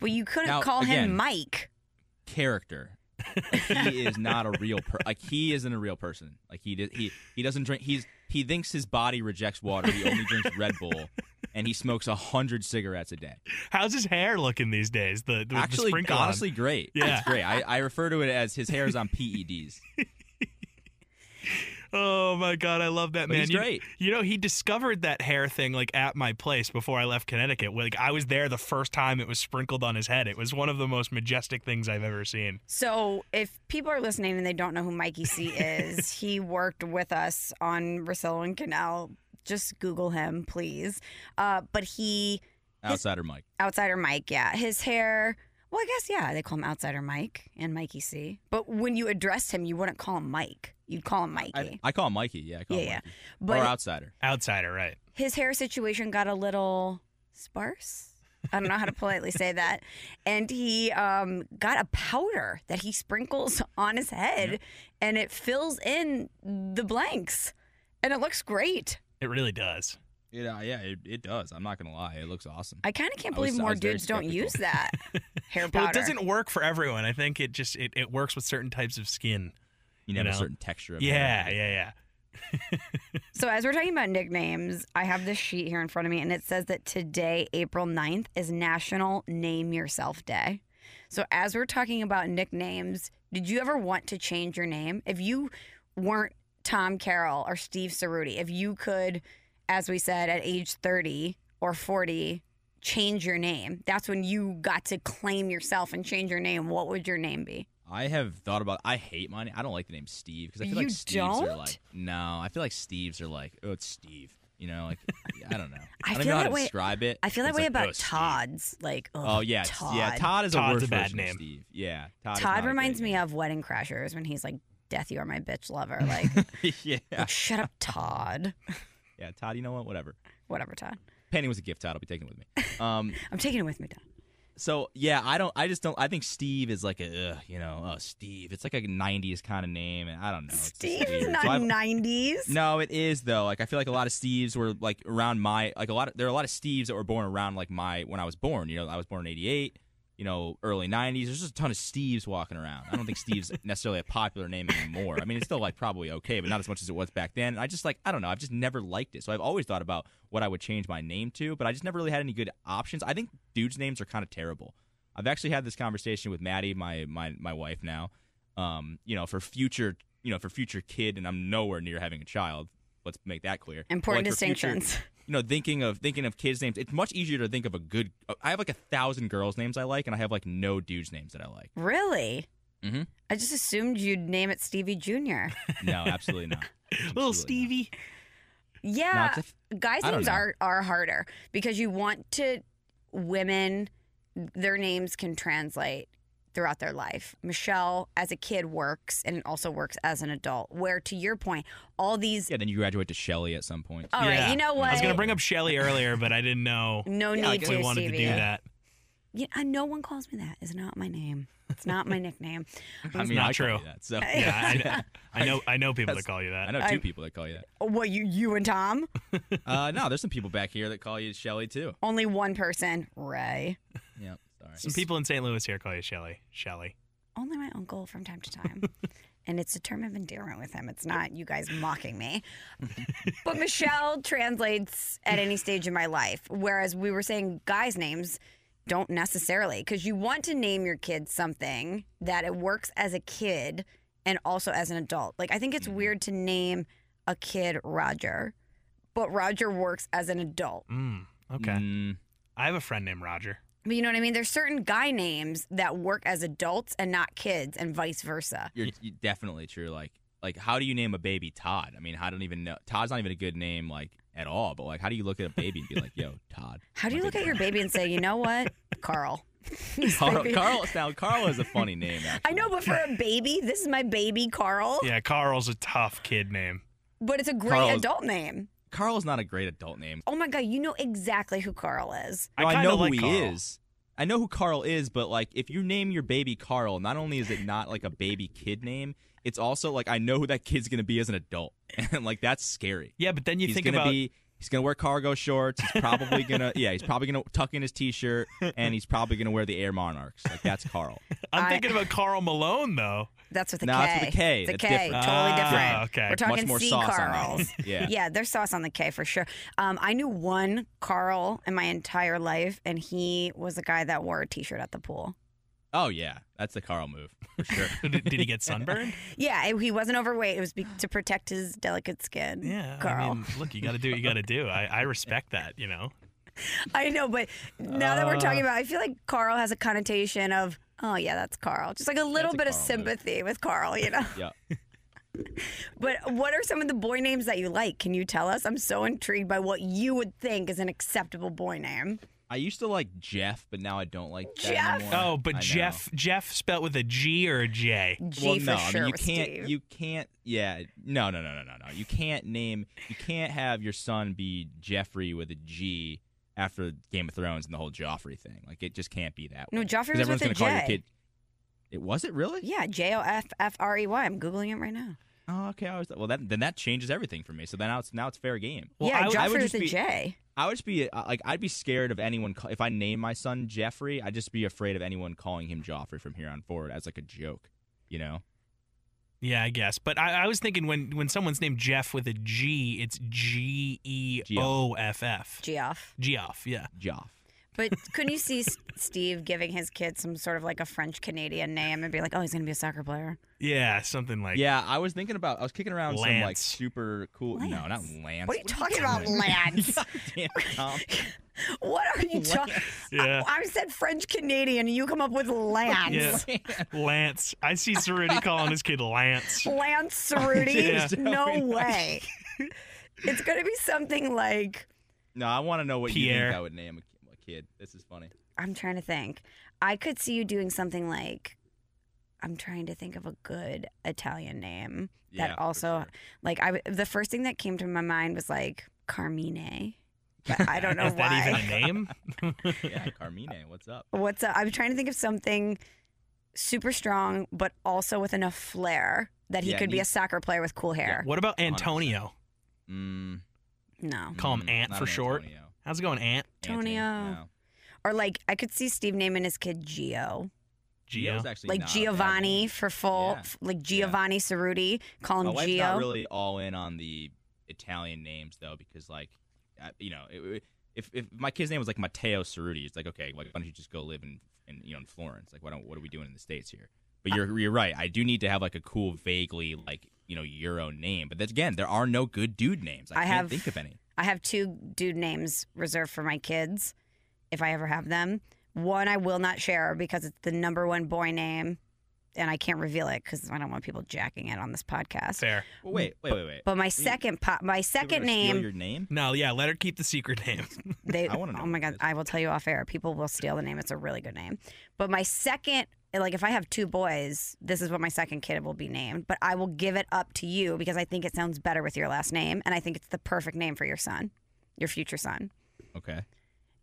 S2: Well, you couldn't
S4: Now,
S2: call him
S4: again-
S2: Mike.
S4: Character. Like, he is not a real per. Like he isn't a real person. Like he did. He he doesn't drink. He's he thinks his body rejects water. He only drinks Red Bull, and he smokes a hundred cigarettes a day.
S3: How's his hair looking these days? The, the the
S4: Actually,
S3: sprinkle on.
S4: honestly, great.
S3: Yeah.
S4: it's great. I, I refer to it as his hair is on E PEDs.
S3: Oh my god, I love that
S4: But
S3: man.
S4: he's
S3: You-
S4: great.
S3: You, know, he discovered that hair thing like at my place before I left Connecticut. Like I was there the first time it was sprinkled on his head. It was one of the most majestic things I've ever seen.
S2: So, if people are listening and they don't know who Mikey C is, he worked with us on Rosillo and Canal. Just Google him, please. Uh, but he,
S4: Outsider Mike.
S2: Outsider Mike, yeah, his hair. Well, I guess yeah, they call him Outsider Mike and Mikey C. But when you addressed him, you wouldn't call him Mike. You'd call him Mikey.
S4: I, I call him Mikey. Yeah, I call
S2: yeah,
S4: him
S2: yeah.
S4: Mikey.
S2: But
S4: or outsider.
S3: Outsider, right?
S2: his hair situation got a little sparse. I don't know how to politely say that. And he um, got a powder that he sprinkles on his head and it fills in the blanks. And it looks great.
S3: It really does.
S4: It, uh, yeah, it, it does. I'm not gonna lie. It looks awesome.
S2: I kind of can't
S4: I was-
S2: believe
S4: I
S2: more
S4: was very
S2: dudes don't
S4: skeptical.
S2: use that hair powder.
S3: Well, it doesn't work for everyone. I think it just it, it works with certain types of skin.
S4: You have
S3: You
S4: a
S3: know.
S4: certain texture. Of
S3: Yeah,
S4: hair.
S3: yeah, yeah.
S2: So, as we're talking about nicknames, I have this sheet here in front of me, and it says that today, April 9th, is National Name Yourself Day. So, as we're talking about nicknames, did you ever want to change your name? If you weren't Tom Carroll or Steve Cerruti, if you could, as we said, at age 30 or 40, change your name, that's when you got to claim yourself and change your name, what would your name be?
S4: I have thought about. I hate my name. I don't like the name Steve because I feel
S2: You
S4: like Steves are
S2: don't?
S4: like no. I feel like Steves are like oh it's Steve. You know, like I don't know.
S2: I feel
S4: I, don't even know how
S2: that
S4: to
S2: way-
S4: describe it.
S2: I feel that
S4: It's
S2: way
S4: like,
S2: about
S4: oh, Steve.
S2: Todd's. Like, oh,
S4: Oh yeah, it's-
S2: Todd.
S4: yeah. Todd is
S3: Todd's
S4: a worse
S3: a bad
S4: version of
S3: name.
S4: Steve. Yeah, Todd. is not a
S2: Todd
S4: great
S2: reminds me
S4: name.
S2: of Wedding Crashers when he's like, "Death, you are my bitch lover." Like,
S4: yeah,
S2: shut up, Todd.
S4: yeah. Todd, you know what? Whatever.
S2: Whatever, Todd.
S4: Penny was a gift. Todd, I'll be taking it with me. Um,
S2: I'm taking it with me, Todd.
S4: so yeah, I don't. I just don't. I think Steve is like a ugh, you know, oh Steve. It's like a '90s kind of name, and I don't know. It's just
S2: Steve is
S4: weird.
S2: not
S4: So I've-
S2: 90s.
S4: No, it is though. Like I feel like a lot of Steves were like around my like a lot of there are a lot of Steves that were born around like my when I was born. You know, I was born in '88. You know, early '90s. There's just a ton of Steves walking around. I don't think Steve's necessarily a popular name anymore. I mean, it's still like probably okay, but not as much as it was back then. And I just like I don't know. I've just never liked it. So I've always thought about what I would change my name to, but I just never really had any good options. I think dudes' names are kind of terrible. I've actually had this conversation with Maddie, my my my wife now. Um, you know, for future, you know, for future kid, and I'm nowhere near having a child. Let's make that clear. But,
S2: Important
S4: like, for future-
S2: distinctions.
S4: you know, thinking of thinking of kids' names. It's much easier to think of a good. I have like a thousand girls' names I like, and I have like no dudes' names that I like.
S2: Really?
S4: Mhm.
S2: I just assumed you'd name it Stevie Jr.
S4: No, absolutely not.
S3: Little
S4: Absolutely
S3: Stevie.
S4: not.
S2: Yeah,
S4: No, it's a-
S2: guys'
S4: I don't
S2: names
S4: know.
S2: are are harder because you want to women. Their names can translate throughout their life. Michelle, as a kid, works and it also works as an adult. Where, to your point, all these.
S4: yeah, then you graduate to Shelley at some point.
S2: All right,
S3: Yeah.
S2: you know what?
S3: I was gonna bring up Shelly earlier, but I didn't know
S2: No
S4: Yeah, I
S2: need
S4: guess
S2: to.
S3: we wanted
S2: Stevie.
S3: to do that.
S2: Yeah, I- no one calls me that. It's not my name. It's not my nickname.
S4: I mean,
S3: not
S4: I call
S3: true.
S4: you that, so
S3: Yeah, I, I know. I know people that
S4: That's-
S3: call you that.
S4: I know two
S2: I'm-
S4: people that call you that.
S2: Oh, What you you and Tom?
S4: Uh, no, there's some people back here that call you Shelley too.
S2: Only one person, Ray.
S4: Yeah, sorry.
S3: Some people in St. Louis here call you Shelly. Shelly.
S2: Only my uncle from time to time. And it's a term of endearment with him. It's not you guys mocking me. but Michelle translates at any stage in my life. Whereas we were saying guys' names don't necessarily, because you want to name your kid something that it works as a kid and also as an adult. Like, I think it's weird to name a kid Roger, but Roger works as an adult.
S3: Mm, okay.
S4: Mm,
S3: I have a friend named Roger.
S2: But you know what I mean? There's certain guy names that work as adults and not kids, and vice versa.
S4: You're, you're definitely true. Like, like how do you name a baby Todd? I mean, I don't even know. Todd's not even a good name, like at all. But like, how do you look at a baby and be like, "Yo, Todd"?
S2: How do
S4: my
S2: you look
S4: big
S2: at your
S4: brother."
S2: baby and say, you know what, Carl? This
S4: Carl,
S2: baby-
S4: Carl? Now, Carl is a funny name.
S2: I know, but for a baby, this is my baby, Carl.
S3: Yeah, Carl's a tough kid name.
S2: But it's a great
S4: Carl is-
S2: adult name.
S4: Carl's not a great adult name.
S2: Oh my God, you know exactly who Carl is.
S4: No, I,
S3: kinda
S4: know who
S3: like
S4: he
S3: Carl.
S4: is. I know who Carl is, but like, if you name your baby Carl, not only is it not like a baby kid name, it's also like I know who that kid's gonna be as an adult, and like that's scary.
S3: Yeah, but then you
S4: He's
S3: think
S4: gonna
S3: about
S4: be He's gonna wear cargo shorts. He's probably gonna yeah. He's probably gonna tuck in his t-shirt, and he's probably gonna wear the Air Monarchs. Like that's Carl.
S3: I'm
S2: I-
S3: thinking about Carl Malone though.
S2: That's with a K.
S4: No, that's with a K.
S2: It's a
S4: That's
S2: K.
S4: different.
S2: Totally
S3: Ah,
S2: different.
S3: okay.
S2: We're talking
S4: Much more
S2: C
S4: sauce on that.
S2: Carls.
S4: Yeah.
S2: Yeah, there's sauce on the K for sure. Um, I knew one Carl in my entire life, and he was a guy that wore a t shirt at the pool.
S4: Oh yeah, that's the Carl move for sure.
S3: Did, did he get sunburned?
S2: Yeah, it- he wasn't overweight. It was be- to protect his delicate skin.
S3: Yeah.
S2: Carl.
S3: I mean, look, you got to do what you got to do. I, I respect that. You know.
S2: I know, but now that we're talking
S3: Uh.
S2: about, I feel like Carl has a connotation of, oh yeah, that's Carl. Just like a little
S4: a
S2: bit of
S4: Carl move.
S2: sympathy with Carl, you know.
S4: yeah.
S2: But what are some of the boy names that you like? Can you tell us? I'm so intrigued by what you would think is an acceptable boy name.
S4: I used to like Jeff, but now I don't like that
S2: Jeff?
S4: anymore.
S3: Oh, but
S4: I know.
S3: Jeff Jeff spelled with a G or a J.
S2: G
S4: well,
S2: for
S4: no,
S2: sure.
S4: I mean, you
S2: with
S4: can't.
S2: Steve.
S4: You can't. Yeah, no, no, no, no, no, no. You can't name. You can't have your son be Jeffrey with a G after Game of Thrones and the whole Joffrey thing. Like it just can't be that.
S2: No,
S4: way.
S2: Joffrey was
S4: 'Cause
S2: with
S4: everyone's
S2: a
S4: gonna call your
S2: J.
S4: kid. It was it really?
S2: Yeah, J O F F R E Y. I'm googling it right now.
S4: Oh, okay. I was, well, that, then that changes everything for me. So then now it's now it's fair game.
S3: Well,
S2: yeah,
S3: I would-
S2: Joffrey
S4: I would
S2: with
S4: just
S2: a
S4: be-
S2: J.
S4: I would just be uh, like, I'd be scared of anyone ca- if I name my son Jeffrey. I'd just be afraid of anyone calling him Joffrey from here on forward as like a joke. You know?
S3: Yeah, I guess. But I, I was thinking when when someone's named Jeff with a G, it's G E O F F.
S2: G off.
S3: Geoff. Yeah.
S4: Joff.
S2: But couldn't you see S- Steve giving his kid some sort of like a French Canadian name and be like, oh, he's going to be a soccer player?
S3: Yeah, something like.
S4: Yeah, I was thinking about. I was kicking around some like
S3: Lance.
S4: super cool. No, not
S2: Lance.
S4: Lance.
S2: What are you talking about,
S4: doing?
S2: Lance?
S4: Goddamn, Tom.
S2: What are you talking
S3: Yeah.
S2: I, I said French Canadian and you come up with Lance.
S3: Yeah. Lance. I see Cerruti calling his kid Lance.
S2: Lance Cerruti?
S3: Yeah.
S2: No way. it's going to be something like,
S4: No, I want to know what you
S3: Pierre.
S4: think I would name a ki- a kid. This is funny.
S2: I'm trying to think. I could see you doing something like, I'm trying to think of a good Italian name
S4: Yeah,
S2: that
S4: for
S2: also,
S4: sure.
S2: like, I w- the first thing that came to my mind was like Carmine, but I don't know
S3: Is
S2: why.
S3: that even a name?
S4: Yeah, Carmine, what's up?
S2: What's up? I'm trying to think of something super strong, but also with enough flair that he
S4: Yeah,
S2: could be
S4: you-
S2: a soccer player with cool hair.
S3: What about Antonio?
S4: Mm,
S2: no.
S3: Call him
S4: mm,
S3: Ant
S4: not
S3: for
S4: an
S3: short.
S4: Antonio.
S3: How's it going, Ant?
S4: Anthony,
S2: Antonio.
S4: no.
S2: Or like I could see Steve naming his kid Gio.
S3: Gio.
S4: Gio's actually
S2: Like
S4: not a bad
S2: Giovanni
S4: name.
S2: for full
S4: Yeah.
S2: f- like Giovanni Cerruti. Call him
S4: My wife's
S2: Gio.
S4: not really all in on the Italian names though, because like, I, you know, it- it- if if my kid's name was like Matteo Cerruti, it's like okay, like, why don't you just go live in, in you know in Florence? Like, why don't what are we doing in the states here? But you're you're right. I do need to have like a cool, vaguely like you know Euro name. But that's, again, there are no good dude names. I,
S2: I
S4: can't
S2: have-
S4: think of any.
S2: I have two dude names reserved for my kids if I ever have them. One I will not share because it's the number one boy name and I can't reveal it because I don't want people jacking it on this podcast.
S3: Fair.
S4: Well, wait, wait, wait, wait.
S2: But my second pop, my
S4: People are
S2: second
S4: gonna steal
S2: name,
S4: Your name?
S3: No, yeah, let her keep the secret name.
S2: they.
S4: I wanna know
S2: oh my
S4: what
S2: god,
S4: it is.
S2: I will tell you off air. People will steal the name. It's a really good name. But my second, like, if I have two boys, this is what my second kid will be named. But I will give it up to you because I think it sounds better with your last name, and I think it's the perfect name for your son, your future son.
S4: Okay.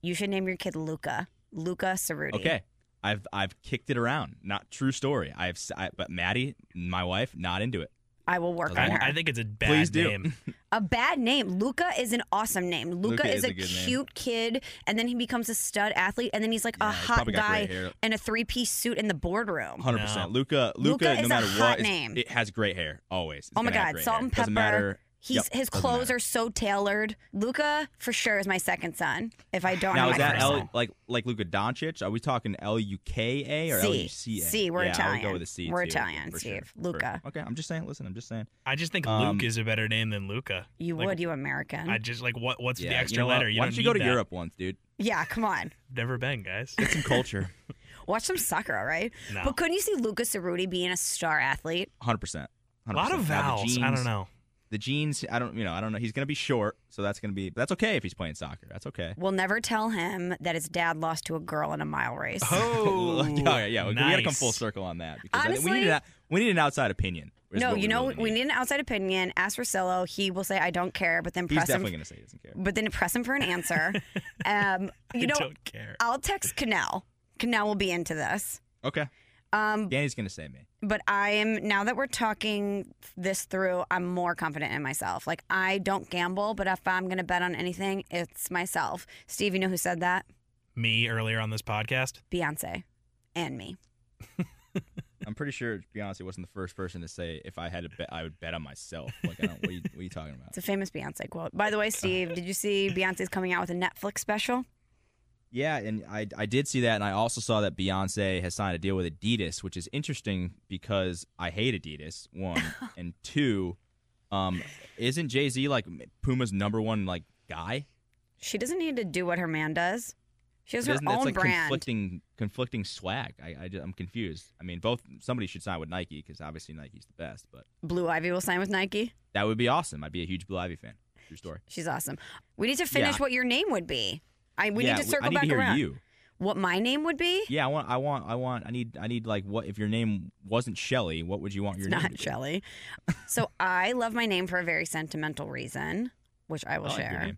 S2: You should name your kid Luca, Luca Cerruti.
S4: Okay. I've I've kicked it around. Not true story. I've si but Maddie, my wife, not into it.
S2: I will work on
S3: I,
S2: her.
S3: I think it's a bad
S4: Please do.
S3: name.
S2: a bad name. Luca is an awesome name. Luca,
S4: Luca
S2: is,
S4: is
S2: a,
S4: a good name.
S2: cute kid, and then he becomes a stud athlete, and then he's like a
S4: Yeah, he's
S2: hot
S4: probably got
S2: guy
S4: great hair.
S2: in a three-piece suit in the boardroom.
S4: Hundred percent, Luca. Luca,
S2: is a
S4: no matter
S2: hot
S4: what, is-
S2: name.
S4: it has great hair always. It's
S2: Oh my
S4: gonna have
S2: God,
S4: great
S2: salt
S4: hair.
S2: and
S4: Doesn't
S2: pepper.
S4: matter.
S2: He's
S4: Yep,
S2: his
S4: doesn't
S2: clothes
S4: matter.
S2: are so tailored. Luca for sure is my second son. If Oh, I don't
S4: Now
S2: know
S4: is
S2: my
S4: that
S2: first
S4: L
S2: son.
S4: like like Luka Doncic? Are we talking L U K A or
S2: C.
S4: L U C A?
S2: C, we're
S4: yeah, I would
S2: Italian.
S4: go with a C.
S2: We're
S4: too,
S2: Italian,
S4: for
S2: Steve.
S4: For-
S2: Luca.
S4: Okay, I'm just saying. Listen, I'm just saying.
S3: I just think
S4: Um,
S3: Luke is a better name than Luca.
S2: You
S3: Like,
S2: would, you American.
S3: I just like what? What's
S4: Yeah,
S3: the
S4: you
S3: extra
S4: know what?
S3: letter?
S4: Why don't
S3: don't
S4: you go
S3: need
S4: to
S3: that.
S4: Europe once, dude?
S2: yeah, come on.
S3: Never been, guys.
S4: Get some culture.
S2: Watch some soccer, all right?
S3: No.
S2: But couldn't you see Luca Cerruti being a star athlete?
S4: Hundred percent.
S3: A lot of vowels. I don't know.
S4: The jeans. I don't. You know. I don't know. He's gonna be short, so that's gonna be. That's okay if he's playing soccer. That's okay.
S2: We'll never tell him that his dad lost to a girl in a mile race.
S3: Oh,
S4: yeah, yeah, yeah. We gotta come
S3: nice.
S4: full circle on that because I think we
S2: Honestly-
S4: need an, we need an outside opinion. is
S2: no,
S4: what
S2: you know,
S4: really
S2: we need an outside opinion. Ask Rosillo. He will say, I don't care, but then
S4: He's
S2: press
S4: definitely
S2: him.
S4: gonna say he doesn't care.
S2: But then press him for an answer. um, you know,
S3: I don't care.
S2: I'll text Canal. Canal will be into this.
S4: Okay.
S2: Um,
S4: Danny's gonna say me.
S2: but I am now that we're talking this through, I'm more confident in myself. Like I don't gamble, but if I'm gonna bet on anything, it's myself. Steve, you know who said that?
S3: Me earlier on this podcast.
S2: Beyonce and me.
S4: I'm pretty sure Beyonce wasn't the first person to say if I had to bet, I would bet on myself. Like, I don't, what, are you, what are you talking about?
S2: It's a famous Beyonce quote. By the way, Steve, did you see Beyonce's coming out with a Netflix special?
S4: Yeah, and I, I did see that, and I also saw that Beyonce has signed a deal with Adidas, which is interesting because I hate Adidas. One and two, um, isn't Jay Z like Puma's number one like guy?
S2: She doesn't need to do what her man does. She has her
S4: isn't
S2: own
S4: that's like
S2: brand.
S4: conflicting conflicting swag? I, I am confused. I mean, both somebody should sign with Nike because obviously Nike's the best, but
S2: Blue Ivy will sign with Nike.
S4: that would be awesome. I'd be a huge Blue Ivy fan. True story.
S2: She's awesome. We need to finish
S4: Yeah.
S2: what your name would be. I we
S4: yeah,
S2: need to circle
S4: I need
S2: back
S4: to hear
S2: around.
S4: you.
S2: What my name would be?
S4: Yeah, I want, I want, I want, I need, I need like what if your name wasn't Shelly? What would you want your
S2: It's
S4: name?
S2: not
S4: to be?
S2: Shelly. so I love my name for a very sentimental reason, which I will
S4: I like your
S2: share.
S4: name.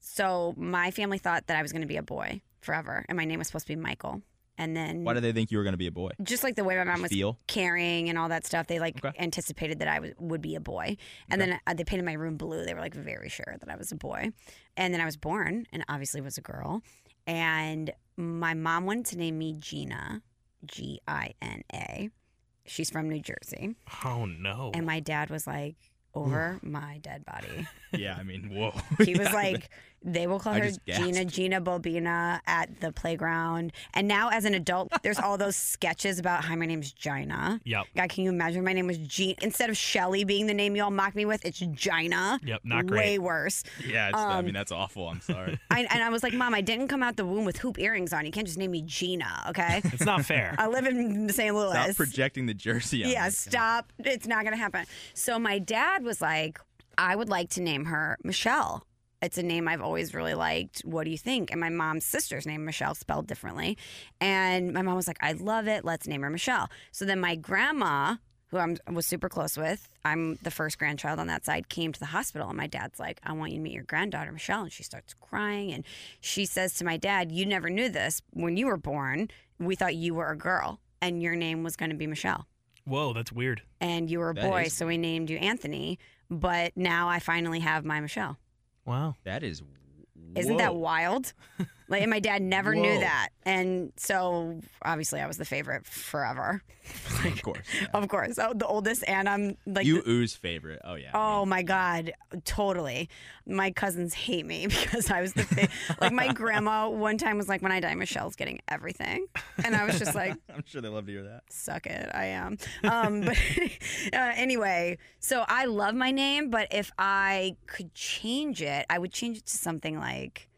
S2: So my family thought that I was going to be a boy forever, and my name was supposed to be Michael. And then
S4: Why do they think you were going to be a boy?
S2: just like the way my mom was
S4: Feel?
S2: carrying and all that stuff, they like
S4: Okay.
S2: anticipated that I was, would be a boy. And then uh, they painted my room blue. They were like very sure that I was a boy. And then I was born and obviously was a girl. And my mom wanted to name me Gina, G I N A. She's from New Jersey.
S3: Oh no.
S2: And my dad was like,
S4: Hmm.
S2: over my dead body.
S4: Yeah, I mean, whoa.
S2: He was like, they will call
S4: I
S2: her
S4: just gasped.
S2: Gina Gina Bobina at the playground. And now, as an adult, there's all those sketches about hi, my name's Gina.
S3: Yep.
S2: God, can you imagine? My name was Gina. Instead of Shelly being the name y'all mock me with, it's Gina.
S3: Yep, not
S2: Way
S3: great.
S2: worse.
S4: yeah, it's, I
S2: Um,
S4: mean, that's awful. I'm sorry.
S2: I, and I was like, Mom, I didn't come out the womb with hoop earrings on. You can't just name me Gina, okay?
S3: It's not fair.
S2: I live in St. Louis.
S4: Stop projecting the jersey. On
S2: yeah,
S4: me.
S2: stop. It's not going to happen. So my dad was like, I would like to name her Michelle. It's a name I've always really liked. What do you think? And my mom's sister's name, Michelle, spelled differently. And my mom was like, I love it. Let's name her Michelle. So then my grandma, who I am was super close with, I'm the first grandchild on that side, came to the hospital. And my dad's like, I want you to meet your granddaughter, Michelle. And she starts crying. And she says to my dad, You never knew this. When you were born, we thought you were a girl and your name was going to be Michelle
S3: Whoa, that's weird.
S2: and you were a
S4: That
S2: boy,
S4: is-
S2: so we named you Anthony. But now I finally have my Michelle.
S3: Wow.
S4: That is.
S2: Isn't that
S4: whoa.
S2: wild? Like, and my dad never knew
S4: Whoa.
S2: that, and so obviously I was the favorite forever.
S4: of course. yeah.
S2: Of course, oh, the oldest, and I'm like,
S4: you ooze favorite. Oh yeah. I
S2: oh
S4: mean,
S2: my god, totally. My cousins hate me because I was the fa- like my grandma. One time was like, when I die, Michelle's getting everything, and I was just like,
S4: I'm sure they love to hear that.
S2: suck it i am um but uh, anyway so i love my name but if i could change it i would change it to something like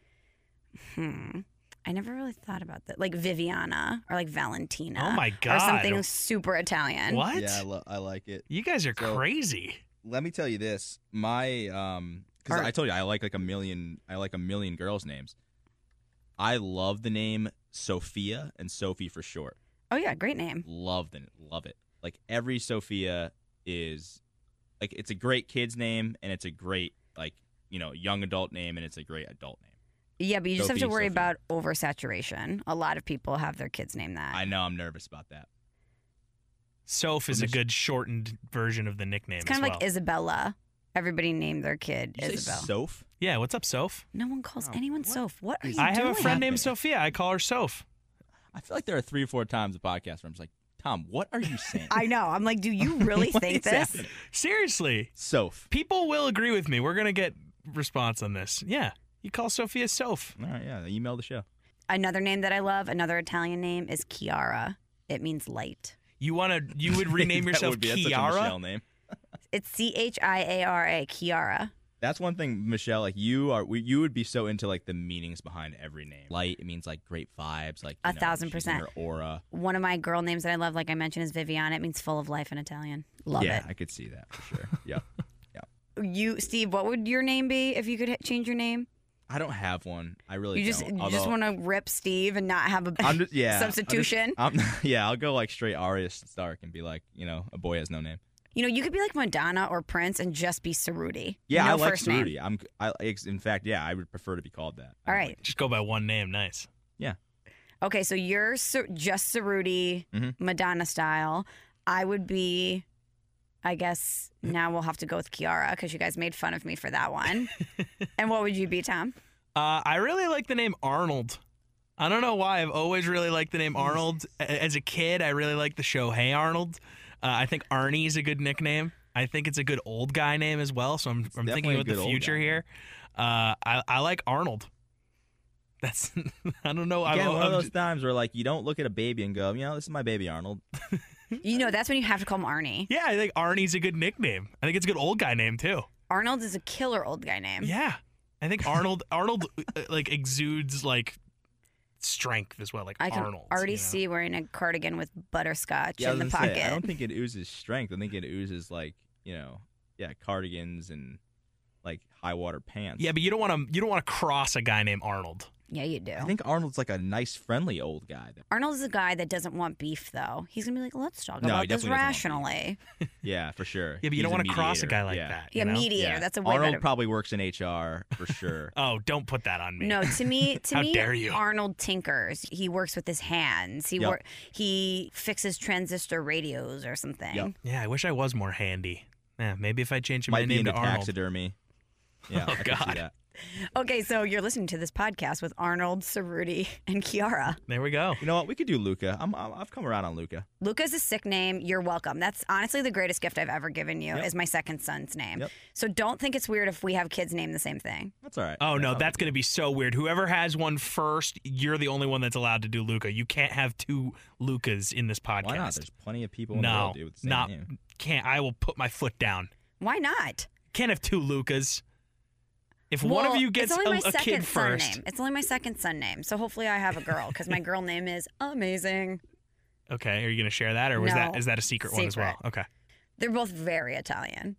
S2: hmm i never really thought about that like viviana or like valentina
S3: Oh my
S2: or
S3: God.
S2: something super italian
S3: What?
S4: lo- I like it.
S3: you guys are
S4: So-
S3: crazy.
S4: Let me tell you this. My um, because
S2: Or-
S4: I told you I like like a million. I like a million girls' names. I love the name Sophia and Sophie for short.
S2: oh yeah great name
S4: love the love it. Like every Sophia is like it's a great kid's name and it's a great like you know young adult name and it's a great adult name.
S2: yeah but you just have to
S4: Sophie,
S2: worry
S4: Sophie.
S2: about oversaturation a lot of people have their kids name that
S4: I know I'm nervous about that.
S3: Soph is a
S4: Well, there's-
S3: good shortened version of the nickname.
S2: it's kind of
S3: as
S2: like
S3: well.
S2: isabella everybody named their kid
S4: Did you say
S2: isabel
S4: Soph?
S3: yeah. What's up, Soph?
S2: no one calls
S4: Oh,
S2: anyone
S4: what
S2: soph what are
S4: is-
S2: you
S3: I have a
S2: doing?
S3: friend
S4: happening?
S3: named Sophia. I call her Soph.
S4: I feel like there are three or four times the podcast where I'm just like, Tom, what are you saying?
S2: I know. I'm like, do you really
S4: What
S2: think
S4: is
S2: this?
S4: happening?
S3: Seriously,
S4: Soph.
S3: people will agree with me. We're gonna get response on this. Yeah, you call Sophia Soph.
S4: All right, yeah, email the show.
S2: Another name that I love, another Italian name is Chiara. It means light.
S3: You wanna? You would rename
S4: That
S3: yourself
S4: would be, that's such a
S3: Kiara?
S4: Michelle name.
S2: It's C H I A R A, Chiara.
S4: That's one thing, Michelle. Like you are, we, you would be so into like the meanings behind every name. Light, it means like great vibes, like you
S2: A
S4: know,
S2: thousand
S4: she's in
S2: percent.
S4: Her aura.
S2: One of my girl names that I love, like I mentioned, is Viviana. It means full of life in Italian. Love
S4: yeah, I could see that for sure. yeah.
S2: it. You, Steve, what would your name be if you could h- change your name?
S4: I don't have one. I really
S2: you just
S4: don't.
S2: you just
S4: Although,
S2: want to rip Steve and not have a
S4: I'm just, yeah, I'm just-
S2: substitution.
S4: I'm yeah, I'll go like straight Arya Stark and be like, you know, a boy has no name.
S2: you know, you could be like Madonna or Prince and just be Cerruti.
S4: Yeah,
S2: no
S4: I like
S2: first name.
S4: Cerruti. I'm I ex- in fact, yeah, I would prefer to be called that. I
S2: All
S4: don't
S2: right.
S4: like-
S3: Just go by one name. Nice.
S2: Okay, so you're Sa- just Cerruti,
S4: Mm-hmm.
S2: Madonna style. I would be, I guess now we'll have to go with Kiara because you guys made fun of me for that one. and what would you be, Tom?
S3: Uh, I really like the name Arnold. I don't know why. I've always really liked the name Arnold. A- As a kid, I really liked the show Hey Arnold. Uh, I think Arnie is a good nickname. I think it's a good old guy name as well. So I'm, I'm
S4: definitely
S3: thinking
S4: a
S3: with the
S4: good old
S3: future
S4: guy name.
S3: here. Uh, I, I like Arnold. That's I don't know.
S4: Again,
S3: I'm,
S4: one of
S3: I'm
S4: those
S3: j-
S4: times where like you don't look at a baby and go, you know, this is my baby Arnold.
S2: You know, that's when you have to call him Arnie.
S3: yeah, I think Arnie's a good nickname. I think it's a good old guy name too.
S2: Arnold is a killer old guy name.
S3: Yeah, I think Arnold Arnold uh, like exudes like strength as well. Like
S2: I can
S3: Arnold,
S2: already
S3: you know?
S2: see wearing a cardigan with butterscotch
S4: Yeah, I
S2: in the
S4: was gonna
S2: pocket.
S4: say, I don't think it oozes strength. I think it oozes like you know, yeah, cardigans and like high water pants.
S3: Yeah, but you don't want to you don't want to cross a guy named Arnold.
S2: yeah, you do.
S4: I think Arnold's like a nice, friendly old guy. though.
S2: Arnold's a guy that doesn't want beef, though. He's gonna be like, "Let's talk
S4: No, he
S2: about this
S4: definitely doesn't want beef.
S2: rationally."
S4: Yeah, for sure.
S3: Yeah, but you
S4: He's
S3: don't want to cross a
S4: mediator.
S3: guy like
S4: Yeah.
S3: that.
S2: Yeah,
S3: you know?
S2: mediator.
S4: Yeah.
S2: That's a way
S4: Arnold
S2: better.
S4: probably works in HR for sure.
S3: Oh, don't put that on me.
S2: No, to me, to
S3: How
S2: me,
S3: dare you.
S2: Arnold tinkers. He works with his hands. He
S4: Yep.
S2: wor- he fixes transistor radios or something.
S4: Yep.
S3: Yeah, I wish I was more handy. Yeah, maybe if I change my
S4: Might be
S3: name
S4: into
S3: to Arnold.
S4: taxidermy. Yeah,
S3: Oh,
S4: I could see
S3: God.
S4: that.
S2: Okay, so you're listening to this podcast with Arnold, Cerruti, and Kiara.
S3: There we go.
S4: You know what? We could do Luca. I'm, I'm, I've come around on Luca.
S2: Luca's a sick name. You're welcome. That's honestly the greatest gift I've ever given you is my second son's name.
S4: Yep.
S2: So don't think it's weird if we have kids name the same thing.
S4: That's all right.
S3: Oh no,
S4: not
S3: that's going to be so weird. Whoever has one first, you're the only one that's allowed to do Luca. You can't have two Lucas in this podcast.
S4: Why not? There's plenty of people in the
S3: no,
S4: world dude, with the same
S3: not
S4: name.
S3: can't. I will put my foot down.
S2: Why not?
S3: Can't have two Lucas. If one of
S2: Well,
S3: you gets
S2: it's only
S3: a,
S2: my
S3: a
S2: second
S3: kid
S2: son
S3: first,
S2: Name. It's only my second son name. So hopefully I have a girl because my girl name is amazing.
S3: okay, are you going to share that, or was that
S2: No.
S3: is that a secret, one as well?
S2: Secret.
S3: Okay,
S2: They're both very Italian.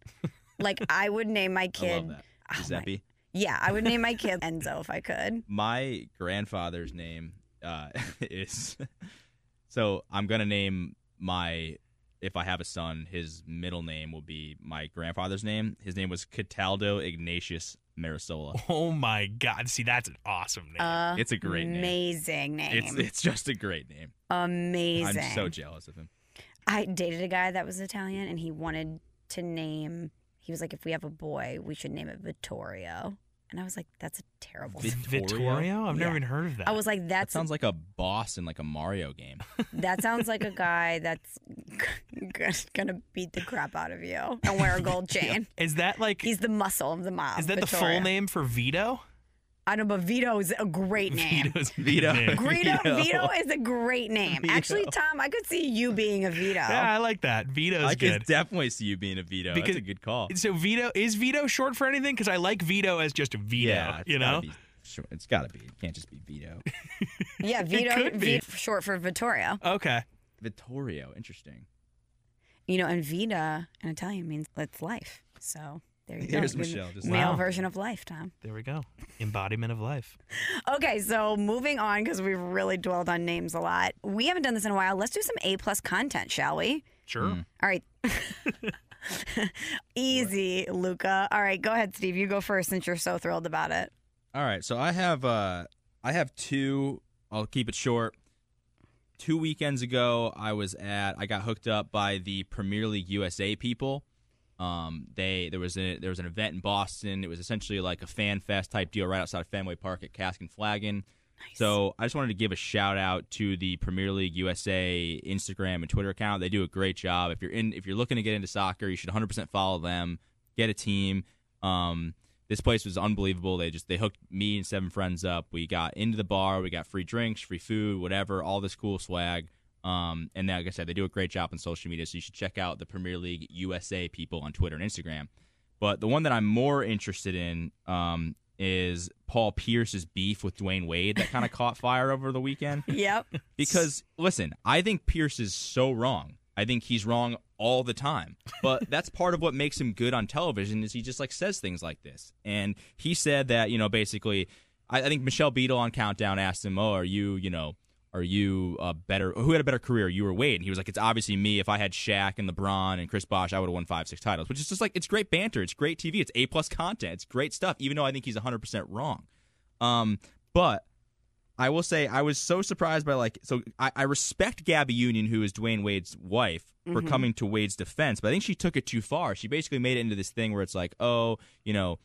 S2: Like I would name my kid. Oh, my-
S4: I love that. Giuseppe.
S2: Yeah, I would name my kid Enzo if I could.
S4: my grandfather's name uh, is so I'm gonna name my if I have a son, his middle name will be my grandfather's name. His name was Cataldo Ignatius Marisola.
S3: Oh my God! See, that's an awesome name.
S2: Uh,
S4: It's a great name.
S2: amazing name.
S4: It's it's just a great name.
S2: amazing.
S4: I'm so jealous of him.
S2: I dated a guy that was Italian, and he wanted to name. He was like, "If we have a boy, we should name it Vittorio." And I was like, "That's a terrible."
S4: Vit-
S2: name.
S3: Vittorio? I've never
S2: Yeah.
S3: even heard of that.
S2: I was like,
S4: That
S2: "That's
S4: sounds like a boss in like a Mario game.
S2: that sounds like a guy that's g- g- gonna beat the crap out of you and wear a gold chain."
S3: is that like
S2: He's the muscle of the mob.
S3: is that the full
S2: Vittorio.
S3: name for Vito?
S2: I know, but Vito is a great name.
S3: Vito's a good
S4: Vito.
S3: name.
S2: Greto,
S4: Vito.
S2: Vito is a great name.
S4: Vito.
S2: Actually, Tom, I could see you being a Vito.
S3: Yeah, I like that. Vito's
S4: I
S3: good.
S4: could definitely see you being a Vito.
S3: Because-
S4: That's a good call.
S3: so Vito is Vito short for anything? Because I like Vito as just Vito.
S4: yeah, it's
S3: you
S4: gotta
S3: know.
S4: be- sure, it's got to be. It can't just be Vito.
S2: Yeah, Vito,
S3: could be.
S2: Vito, short for Vittorio.
S3: Okay.
S4: Vittorio, interesting.
S2: You know, and Vita in Italian means it's life. So there you
S4: Here's
S2: go. Good
S4: Michelle, just
S2: male
S3: like-
S2: version of life, Tom.
S3: There we go. Embodiment of life.
S2: Okay, so moving on because we've really dwelled on names a lot. We haven't done this in a while. Let's do some A plus content, shall we?
S3: Sure.
S2: All right. Easy, Luca. All right, go ahead, Steve. You go first since you're so thrilled about it.
S4: All right, so I have uh I have two. I'll keep it short. Two weekends ago, I was at I got hooked up by the Premier League USA people. Um, they there was a there was an event in Boston. It was essentially like a fan fest type deal right outside of Fenway Park at Cask and Flagon. So I just wanted to give a shout out to the Premier League USA Instagram and Twitter account. They do a great job. If you're in, if you're looking to get into soccer, you should 100% follow them. Get a team. Um, this place was unbelievable. They just they hooked me and seven friends up. We got into the bar. We got free drinks, free food, whatever. All this cool swag. Um, and like I said, they do a great job on social media. So you should check out the Premier League USA people on Twitter and Instagram. But the one that I'm more interested in um, is Paul Pierce's beef with Dwayne Wade that kind of caught fire over the weekend.
S2: Yep.
S4: Because listen, I think Pierce is so wrong. I think he's wrong all the time. But that's part of what makes him good on television is he just like says things like this. And he said that, you know, basically I, I think Michelle Beadle on Countdown asked him, Oh, are you, you know, are you a better who had a better career, you or Wade? And he was like, It's obviously me. If I had Shaq and LeBron and Chris Bosh, I would have won five, six titles. Which is just like it's great banter, it's great TV, it's A plus content, it's great stuff, even though I think he's hundred percent wrong. Um, but I I will say I was so surprised by like so I, I respect Gabby Union, who is Dwayne Wade's wife, for coming to Wade's defense, but I think she took it too far. She basically made it into this thing where it's like, oh, you know,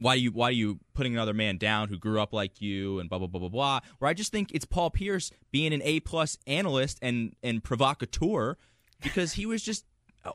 S4: why do you why are you putting another man down who grew up like you and blah blah blah blah blah? Where I just think it's Paul Pierce being an A plus analyst and and provocateur because he was just.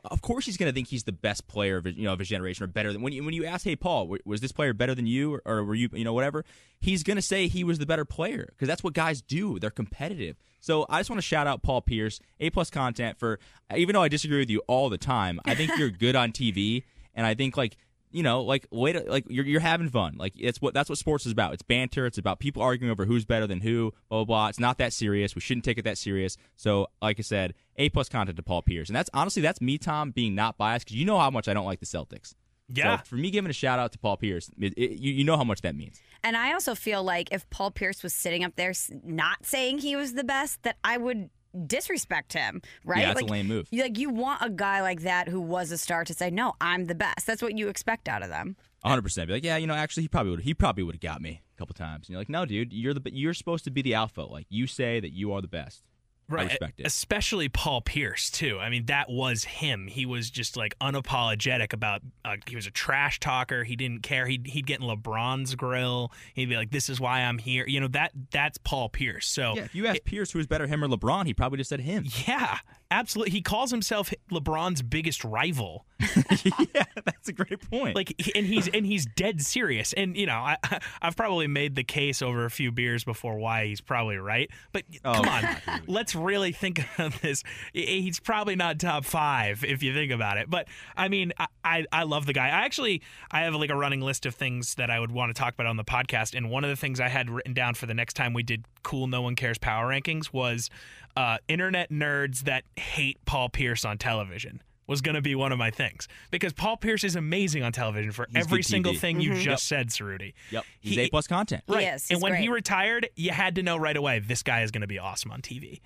S4: Of course, he's going to think he's the best player of his, you know of his generation or better than when you when you ask, hey Paul, w- was this player better than you or, or were you you know whatever? He's going to say he was the better player because that's what guys do. They're competitive. So I just want to shout out Paul Pierce, A plus content for even though I disagree with you all the time, I think you're good on TV, and I think like you know, like wait, like you're you're having fun. Like it's what that's what sports is about. It's banter. It's about people arguing over who's better than who. Blah blah. blah. It's not that serious. We shouldn't take it that serious. So, like I said, A plus content to Paul Pierce, and that's honestly that's me, Tom, being not biased because you know how much I don't like the Celtics.
S3: Yeah.
S4: So for me, giving a shout out to Paul Pierce, it, it- you you know how much that means.
S2: And I also feel like if Paul Pierce was sitting up there s- not saying he was the best, that I would disrespect him, right?
S4: Yeah, that's
S2: like,
S4: a lame move.
S2: you- Like you want a guy like that who was a star to say, "No, I'm the best." That's what you expect out of them.
S4: 100 percent. Be like, yeah, you know, actually, he probably would. He probably would have got me a couple times. And you're like, no, dude, you're the you're supposed to be the alpha. Like you say that you are the best. I respect it.
S3: e, Especially Paul Pierce too. I mean, that was him. He was just like unapologetic about. Uh, he was a trash talker. He didn't care. He'd he'd get in LeBron's grill. He'd be like, "This is why I'm here." You know that that's Paul Pierce. So
S4: Yeah, if you ask Pierce who is better, him or LeBron, he probably just said him.
S3: yeah, absolutely. He calls himself LeBron's biggest rival.
S4: yeah, that's a great point.
S3: like he- and he's and he's dead serious and you know I, i've probably made the case over a few beers before why he's probably right but
S4: Oh,
S3: come
S4: God,
S3: on
S4: here we go.
S3: let's really think about this I- he's probably not top five if you think about it but i mean I, I, I love the guy i actually i have like a running list of things that i would want to talk about on the podcast and one of the things i had written down for the next time we did cool no one cares power rankings was uh, internet nerds that hate paul pierce on television was going to be one of my things because Paul Pierce is amazing on television for
S4: He's
S3: every
S4: good
S3: single
S4: TV.
S3: thing you just said, Cerruti.
S4: yep, he's
S3: He-
S4: A plus content.
S2: He
S3: Right.
S2: is.
S3: and
S2: He's
S3: when he
S2: great.
S3: retired, you had to know right away this guy is going to be awesome on TV.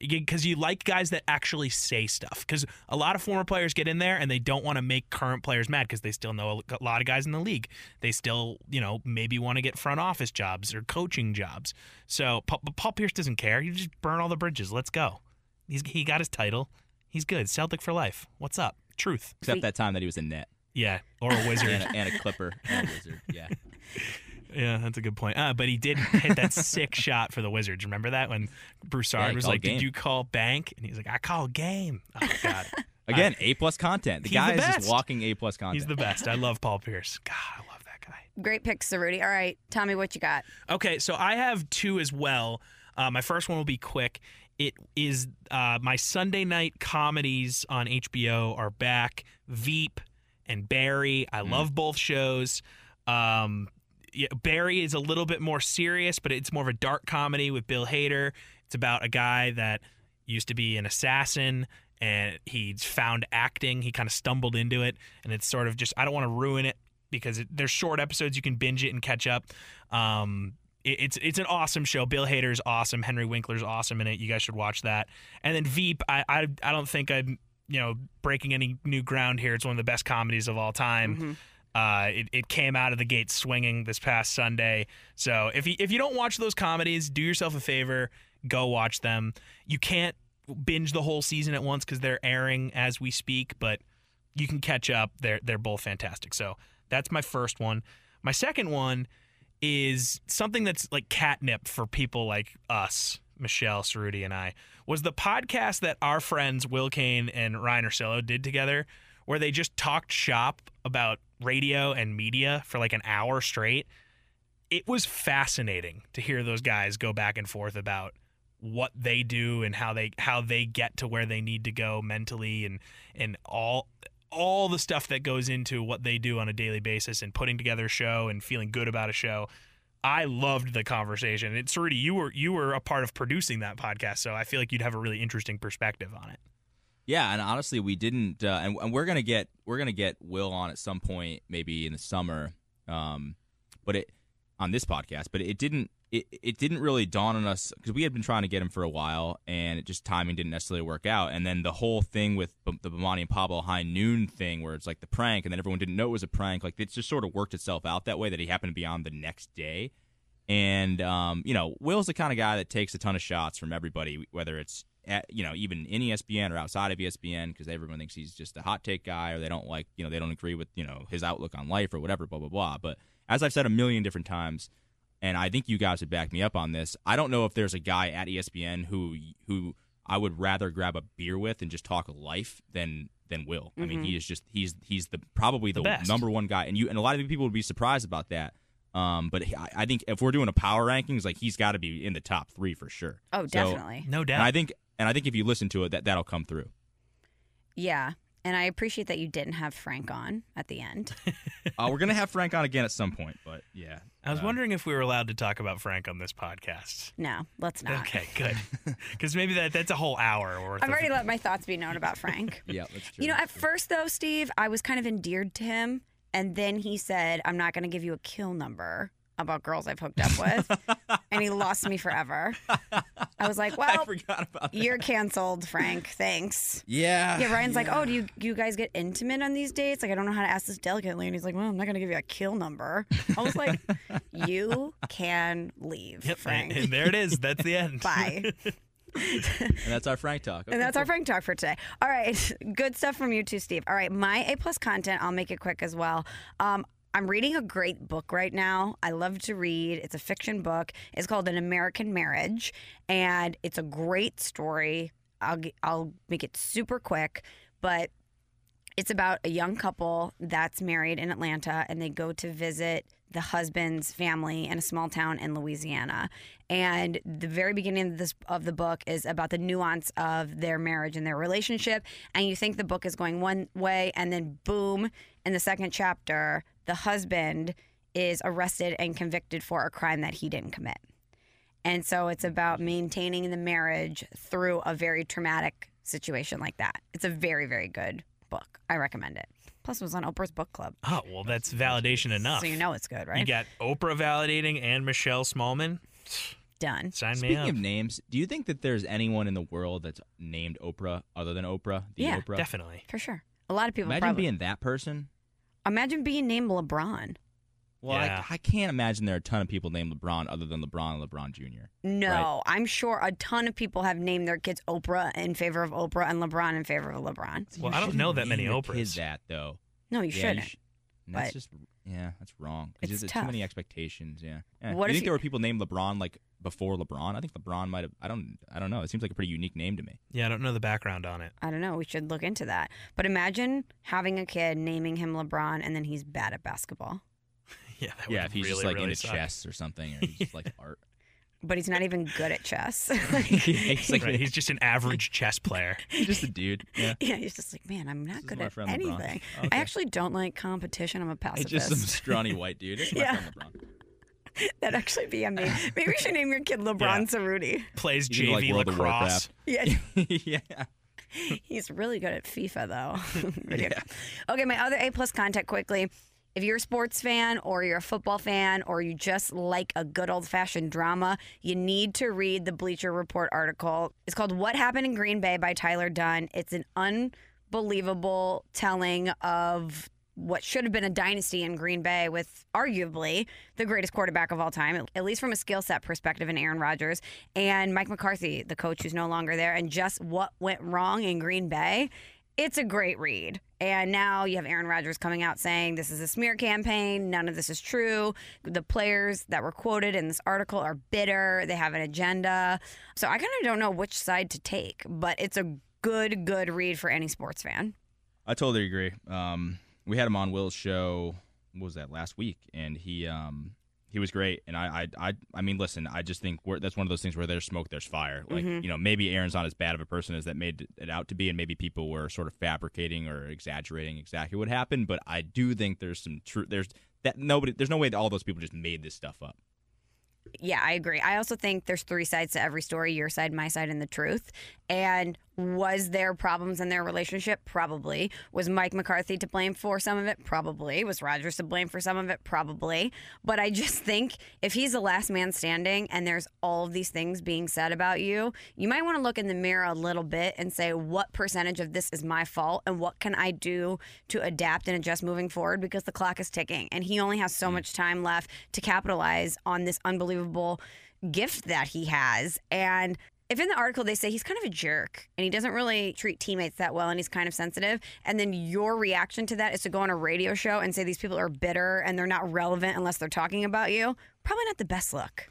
S3: Because you like guys that actually say stuff. Because a lot of former players get in there and they don't want to make current players mad because they still know a lot of guys in the league. They still, you know, maybe want to get front office jobs or coaching jobs. So Paul, but Paul Pierce doesn't care. You just burn all the bridges. Let's go. He's, he got his title. He's good. Celtic for life. What's up? Truth.
S4: Except that time that he was a net
S3: Yeah, or a
S4: and
S3: wizard.
S4: a, and a clipper and a wizard. Yeah,
S3: yeah, that's a good point. Uh, but he did hit that sick shot for the Wizards. Remember that when Broussard
S4: Yeah, he
S3: was
S4: called
S3: like,
S4: game.
S3: "Did you call bank?" And he's like, "I call game." Oh God,
S4: again, A plus content. The
S3: he's
S4: guy
S3: the
S4: is
S3: best.
S4: just walking A plus content.
S3: he's the best. I love Paul Pierce. God, I love that guy.
S2: Great pick, Cerruti. All right, Tommy, what you got?
S3: Okay, so I have two as well. Uh, my first one will be quick. It is uh, my Sunday night comedies on HBO are back. Veep and Barry. I love both shows. Um, yeah, Barry is a little bit more serious, but it's more of a dark comedy with Bill Hader. It's about a guy that used to be an assassin and he's found acting. He kind of stumbled into it, and it's sort of just I don't want to ruin it because it, there's short episodes you can binge it and catch up. Um, it- it's it's an awesome show. Bill Hader's awesome. Henry Winkler's awesome in it. You guys should watch that. And then Veep, I I, I don't think I'm you know breaking any new ground here. It's one of the best comedies of all time. Uh, it, it came out of the gate swinging this past Sunday. So if you, if you don't watch those comedies, do yourself a favor, go watch them. You can't binge the whole season at once because they're airing as we speak, but you can catch up. They're they're both fantastic. So that's my first one. My second one is something that's like catnip for people like us, Michelle, Cerruti, and I, was the podcast that our friends Will Kane and Ryan Ursillo did together, where they just talked shop about radio and media for like an hour straight. It was fascinating to hear those guys go back and forth about what they do and how they how they get to where they need to go mentally and and all all the stuff that goes into what they do on a daily basis and putting together a show and feeling good about a show. I loved the conversation. And Sarita, you were you were a part of producing that podcast, so I feel like you'd have a really interesting perspective on it.
S4: Yeah, and honestly, we didn't, uh, and, and we're gonna get we're gonna get Will on at some point, maybe in the summer, um, but it on this podcast, but it didn't it, it didn't really dawn on us because we had been trying to get him for a while, and it just timing didn't necessarily work out, and then the whole thing with B- the Bomani and Pablo High Noon thing, where it's like the prank, and then everyone didn't know it was a prank, like it just sort of worked itself out that way that he happened to be on the next day, And um, you know, Will's the kind of guy that takes a ton of shots from everybody, whether it's at, you know even in E ESPN or outside of ESPN, because everyone thinks he's just a hot take guy, or they don't like you know they don't agree with you know his outlook on life or whatever, blah blah blah. But as I've said a million different times, and I think you guys would back me up on this, I don't know if there's a guy at E ESPN who who I would rather grab a beer with and just talk life than than Will. I mean, he is just he's he's the probably the,
S3: The best.
S4: number one guy, and you and a lot of people would be surprised about that. Um, but he- I, I think if we're doing a power rankings, like he's got to be in the top three for sure.
S2: Oh,
S4: So-
S2: definitely.
S3: No doubt.
S4: and I think and I think if you listen to it, that that'll come through.
S2: yeah. And I appreciate that you didn't have Frank on at the end.
S4: Uh, we're gonna have Frank on again at some point, but yeah,
S3: I was
S4: Uh,
S3: wondering if we were allowed to talk about Frank on this podcast.
S2: No, let's not.
S3: Okay, good. Because maybe that that's a whole hour worth.
S2: I've
S3: of-
S2: already let my thoughts be known about Frank.
S4: Yeah, that's true.
S2: You know, at first though, Steve, I was kind of endeared to him, and then he said, "I'm not going to give you a kill number about girls I've hooked up with," and he lost me forever. I was like,
S4: I
S2: "Well,
S4: forgot about that.
S2: you're canceled, Frank. Thanks."
S4: Yeah,
S2: Yeah, Ryan's like, "Oh, do you do you guys get intimate on these dates? Like, I don't know how to ask this delicately." And he's like, "Well, I'm not going to give you a kill number." I was like, "You can leave,
S3: Yep,
S2: Frank.
S3: And, and there it is. That's the end.
S2: Bye."
S4: and that's our Frank talk.
S2: And that's our Frank talk for today. All right, good stuff from you too, Steve. All right, my A plus content. I'll make it quick as well. Um, I'm reading a great book right now. I love to read. It's a fiction book. It's called An American Marriage, and it's a great story. I'll g- I'll make it super quick, but it's about a young couple that's married in Atlanta and they go to visit the husband's family in a small town in Louisiana. And the very beginning of this of the book is about the nuance of their marriage and their relationship. And you think the book is going one way and then boom, in the second chapter, the husband is arrested and convicted for a crime that he didn't commit. And so it's about maintaining the marriage through a very traumatic situation like that. It's a very, very good book. I recommend it. Plus, it was on Oprah's book club.
S3: Oh well, that's validation enough.
S2: So you know it's good,
S3: You
S2: right?
S3: got Oprah validating and Michelle Smallman.
S2: Done.
S3: Sign me
S4: Speaking
S3: up.
S4: of names, do you think that there's anyone in the world that's named Oprah other than Oprah? The
S2: Yeah,
S4: Oprah?
S3: Definitely.
S2: For sure. A lot of people
S4: Imagine
S2: probably.
S4: being that person.
S2: imagine being named LeBron.
S4: Well,
S3: Yeah.
S4: I, I can't imagine there are a ton of people named LeBron other than LeBron and LeBron Jr.
S2: No, I'm sure a ton of people have named their kids Oprah in favor of Oprah and LeBron in favor of LeBron.
S3: Well, I don't
S4: shouldn't
S3: know that
S4: name
S3: many
S4: your
S3: Oprahs.
S4: Kid that though.
S2: No, you
S4: Yeah,
S2: shouldn't.
S4: sh- and that's
S2: but-
S4: just yeah, that's wrong. 'Cause
S2: It's
S4: there's
S2: tough.
S4: too many expectations. Yeah. yeah.
S2: What
S4: you
S2: if
S4: think
S2: you-
S4: there were people named LeBron like before LeBron? I think LeBron might have. I don't. I don't know. It seems like a pretty unique name to me.
S3: Yeah, I don't know the background on it.
S2: I don't know. We should look into that. But imagine having a kid naming him LeBron and then he's bad at basketball.
S3: Yeah, that
S4: yeah,
S3: would
S4: if he's
S3: really,
S4: just like
S3: really
S4: into
S3: suck.
S4: chess or something, or he's just like art.
S2: But he's not even good at chess.
S4: Yeah, he's like
S3: Right, he's just an average chess player.
S4: just a dude. Yeah.
S2: Yeah, he's just like, man, I'm not
S4: is
S2: good
S4: my
S2: at
S4: friend
S2: anything.
S4: LeBron. Okay.
S2: I actually don't like competition. I'm a
S4: It's
S2: pacifist.
S4: just some scrawny white dude. It's my
S2: Yeah.
S4: friend LeBron.
S2: That'd actually be a name. Maybe we should name your kid LeBron Cerruti.
S3: Plays
S4: He's into,
S3: JV
S4: like, World of
S3: lacrosse.
S4: Warcraft.
S2: Yeah,
S4: yeah.
S2: he's really good at FIFA though. Really good. Okay, my other A plus contact quickly. If you're a sports fan or you're a football fan or you just like a good old fashioned drama, you need to read the Bleacher Report article. It's called What Happened in Green Bay by Tyler Dunn. It's an unbelievable telling of what should have been a dynasty in Green Bay with arguably the greatest quarterback of all time, at least from a skill set perspective in Aaron Rodgers and Mike McCarthy, the coach who's no longer there, and just what went wrong in Green Bay. It's a great read. And now you have Aaron Rodgers coming out saying this is a smear campaign. None of this is true. The players that were quoted in this article are bitter. They have an agenda. So I kind of don't know which side to take, but it's a good, good read for any sports fan.
S4: I totally agree. Um, we had him on Will's show. What was that last week? And he um, he was great. And I I I, I mean, listen, I just think we're, that's one of those things where there's smoke, there's fire. Like you know, maybe Aaron's not as bad of a person as that made it out to be, and maybe people were sort of fabricating or exaggerating exactly what happened. But I do think there's some truth. There's that nobody. There's no way that all those people just made this stuff up.
S2: Yeah, I agree. I also think there's three sides to every story your side, my side, and the truth. And Was there problems in their relationship? Probably. Was Mike McCarthy to blame for some of it? Probably. Was Rogers to blame for some of it? Probably. But I just think if he's the last man standing and there's all of these things being said about you, you might want to look in the mirror a little bit and say, what percentage of this is my fault and what can I do to adapt and adjust moving forward because the clock is ticking and he only has so much time left to capitalize on this unbelievable gift that he has. And if in the article they say he's kind of a jerk and he doesn't really treat teammates that well and he's kind of sensitive, and then your reaction to that is to go on a radio show and say these people are bitter and they're not relevant unless they're talking about you, probably not the best look.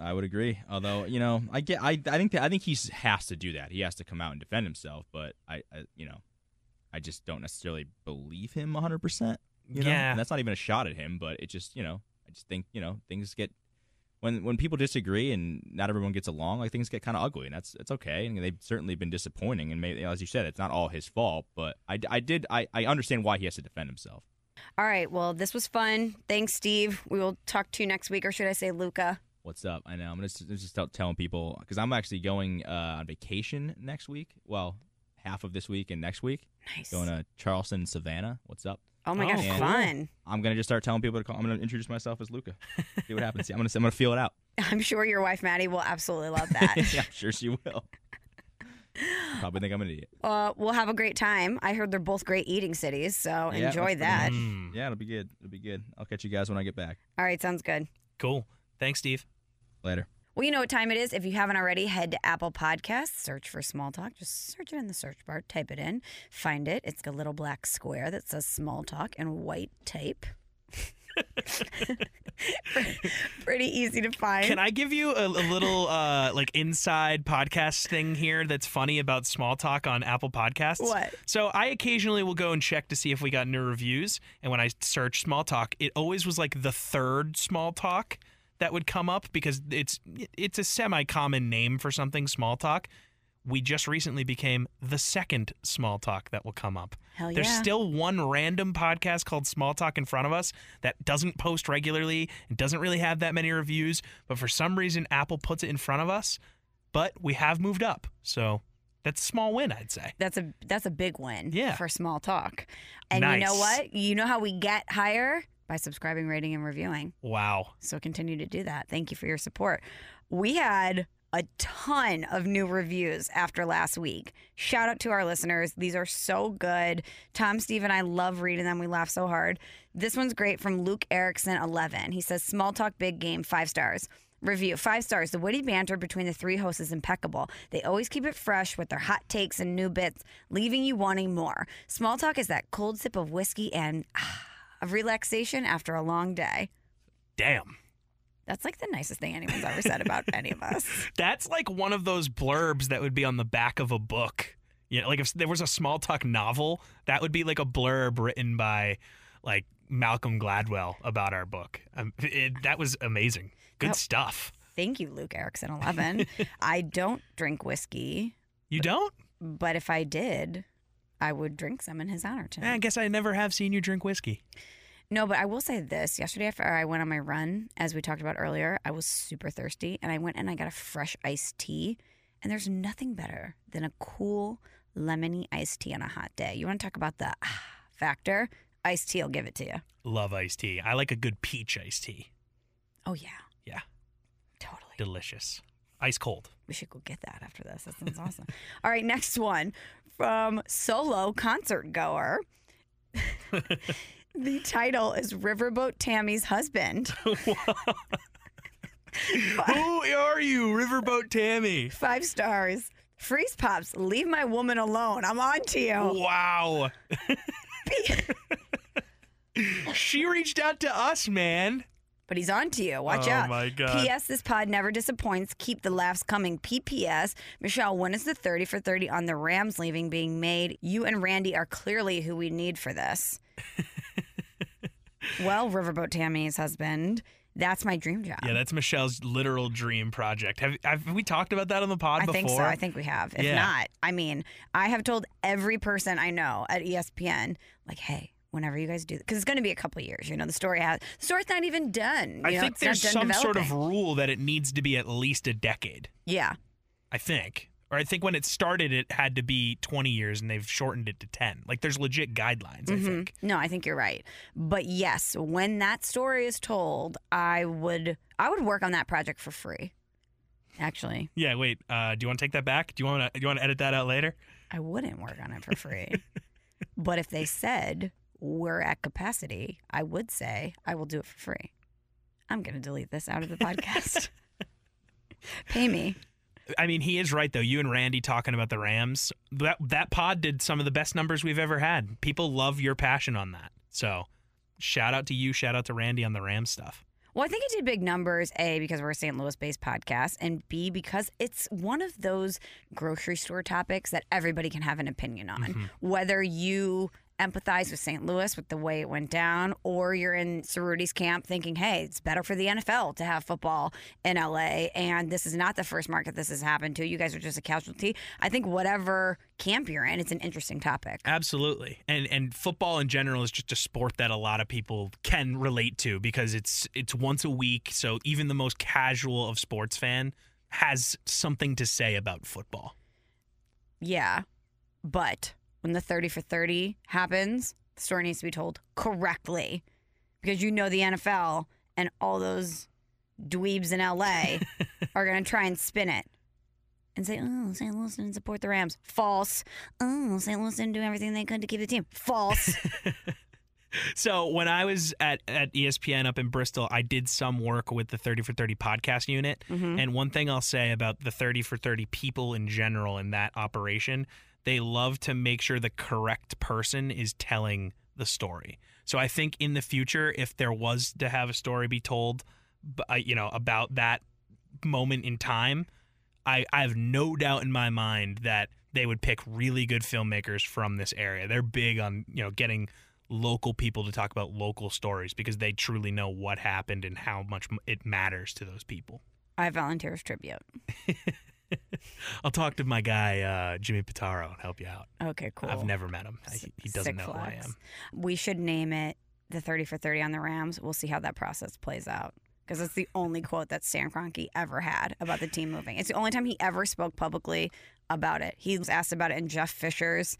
S4: I would agree. Although you know, I get, I, I think that I think he has to do that. He has to come out and defend himself. But I, I you know, I just don't necessarily believe him 100. percent You know,
S3: Yeah.
S4: and that's not even a shot at him. But it just, you know, I just think you know things get when when people disagree and not everyone gets along. Like things get kind of ugly, and that's it's okay. And they've certainly been disappointing. And maybe, as you said, it's not all his fault. But I, I did, I, I understand why he has to defend himself.
S2: All right, well, this was fun. Thanks, Steve. We will talk to you next week, or should I say, Luca?
S4: What's up? I know. I'm gonna just, just out telling people because I'm actually going uh, on vacation next week. Well, half of this week and next week.
S2: Nice.
S4: Going to Charleston, Savannah. What's up?
S2: Oh my
S3: Oh,
S2: gosh,
S4: cool.
S2: fun.
S4: I'm gonna just start telling people to call. I'm gonna introduce myself as Luca. See what happens. I'm gonna I'm gonna feel it out.
S2: I'm sure your wife, Maddie, will absolutely love that.
S4: yeah, I'm sure she will. You Probably think I'm an idiot.
S2: uh, we'll have a great time. I heard they're both great eating cities, so
S4: Yeah,
S2: enjoy
S4: that's
S2: that.
S4: pretty much-
S3: Mm.
S4: Yeah, it'll be good. It'll be good. I'll catch you guys when I get back.
S2: All right, sounds good.
S3: Cool. Thanks, Steve.
S4: Later.
S2: Well, you know what time it is. If you haven't already, head to Apple Podcasts, search for Small Talk. Just search it in the search bar, type it in, find it. It's a little black square that says Small Talk in white type. Pretty easy to find.
S3: Can I give you a, a little uh, like inside podcast thing here that's funny about small talk on Apple Podcasts?
S2: What?
S3: So I occasionally will go and check to see if we got new reviews, and when I search small talk, it always was like the third small talk that would come up because it's it's a semi-common name for something small talk. We just recently became the second small talk that will come up.
S2: Hell
S3: There's
S2: yeah.
S3: still one random podcast called Small Talk in front of us that doesn't post regularly and doesn't really have that many reviews, but for some reason Apple puts it in front of us. But we have moved up, so that's a small win, I'd say.
S2: That's a that's a big win
S3: Yeah.
S2: for small talk. And you know
S3: Nice.
S2: what? You know how we get higher? By subscribing, rating, and reviewing.
S3: Wow.
S2: So continue to do that. Thank you for your support. We had a ton of new reviews after last week. Shout out to our listeners. These are so good. Tom, Steve, and I love reading them. We laugh so hard. This one's great from Luke Erickson 11. He says, Small talk, big game, five stars. Review five stars. The witty banter between the three hosts is impeccable. They always keep it fresh with their hot takes and new bits, leaving you wanting more. Small talk is that cold sip of whiskey and ah, of relaxation after a long day.
S3: Damn.
S2: That's like the nicest thing anyone's ever said about any of us.
S3: That's like one of those blurbs that would be on the back of a book. You know, like if there was a small talk novel, that would be like a blurb written by like Malcolm Gladwell about our book. Um, it, that was amazing. Good
S2: That-
S3: stuff.
S2: Thank you, Luke Erickson 11. I don't drink whiskey,
S3: You don't?
S2: but if I did, I would drink some in his honor
S3: Eh, I
S2: tonight.
S3: guess I never have seen you drink whiskey.
S2: No, but I will say this. Yesterday, after I went on my run, as we talked about earlier, I was super thirsty and I went and I got a fresh iced tea. And there's nothing better than a cool, lemony iced tea on a hot day. You want to talk about the ah, factor? Iced tea will give it to you.
S3: Love iced tea. I like a good peach iced tea.
S2: Oh, yeah.
S3: Yeah.
S2: Totally.
S3: Delicious. Ice cold.
S2: We should go get that after this. That sounds awesome. All right, next one from solo concert goer. the title is Riverboat Tammy's Husband.
S3: Who are you, Riverboat Tammy?
S2: Five stars. Freeze pops, leave my woman alone. I'm on to
S3: Oh.
S2: you.
S3: Wow. she reached out to us, man.
S2: But he's on to you. Watch
S3: Oh,
S2: out.
S3: my God.
S2: P.S. This pod never disappoints. Keep the laughs coming. P.P.S. Michelle, when is the 30 for 30 on the Rams leaving being made? You and Randy are clearly who we need for this. well, Riverboat Tammy's husband, that's my dream job.
S3: Yeah, that's Michelle's literal dream project. Have, have we talked about that on the pod
S2: I
S3: before?
S2: think so. I think we have. If
S3: Yeah.
S2: not, I mean, I have told every person I know at E ESPN, like, hey, whenever you guys do, because it's going to be a couple years. You know, the story has the story's not even done.
S3: I
S2: you know,
S3: think
S2: it's not
S3: there's
S2: done
S3: some sort of
S2: developing.
S3: rule that it needs to be at least a decade.
S2: yeah.
S3: I think. Or I think when it started, it had to be 20 years and they've shortened it to 10. Like there's legit guidelines, I think.
S2: Mm-hmm. No, I think you're right. But yes, when that story is told, I would I would work on that project for free. Actually,
S3: Yeah, wait. Uh, do you want to take that back? Do you want to do you want to edit that out later?
S2: I wouldn't work on it for free. but if they said we're at capacity, I would say I will do it for free. I'm going to delete this out of the podcast. Pay me.
S3: I mean, he is right though. You and Randy talking about the Rams. That that pod did some of the best numbers we've ever had. People love your passion on that. So, shout out to you. Shout out to Randy on the Rams stuff.
S2: Well, I think it did big numbers, A, because we're a St. Louis based podcast, and B, because it's one of those grocery store topics that everybody can have an opinion on. Whether you empathize with St. Louis with the way it went down, or you're in Cerruti's camp thinking, hey, it's better for the NFL to have football in LA, and this is not the first market this has happened to. You guys are just a casualty. I think whatever camp you're in, it's an interesting topic.
S3: Absolutely. And and football in general is just a sport that a lot of people can relate to because it's it's once a week, so even the most casual of sports fan has something to say about football.
S2: Yeah. But when the 30 for 30 happens, the story needs to be told correctly because you know the NFL and all those dweebs in LA are going to try and spin it and say, oh, St. Louis didn't support the Rams. False. Oh, St. Louis didn't do everything they could to keep the team. False.
S3: So when I was at, at E ESPN up in Bristol, I did some work with the 30 for 30 podcast unit.
S2: Mm-hmm.
S3: And one thing I'll say about the 30 for 30 people in general in that operation, they love to make sure the correct person is telling the story. So I think in the future, if there was to have a story be told, b- uh, you know, about that moment in time, I, I have no doubt in my mind that they would pick really good filmmakers from this area. They're big on, you know, getting local people to talk about local stories because they truly know what happened and how much m- it matters to those people.
S2: I volunteer as tribute.
S3: I'll talk to my guy, uh, Jimmy Pitaro, and help you out.
S2: Okay, cool.
S3: I've never met him. I- He, he doesn't
S2: Sick
S3: know who I
S2: flex.
S3: am.
S2: We should name it the 30 for 30 on the Rams. We'll see how that process plays out. Because it's the only quote that Stan Kroenke ever had about the team moving. It's the only time he ever spoke publicly about it. He was asked about it in Jeff Fisher's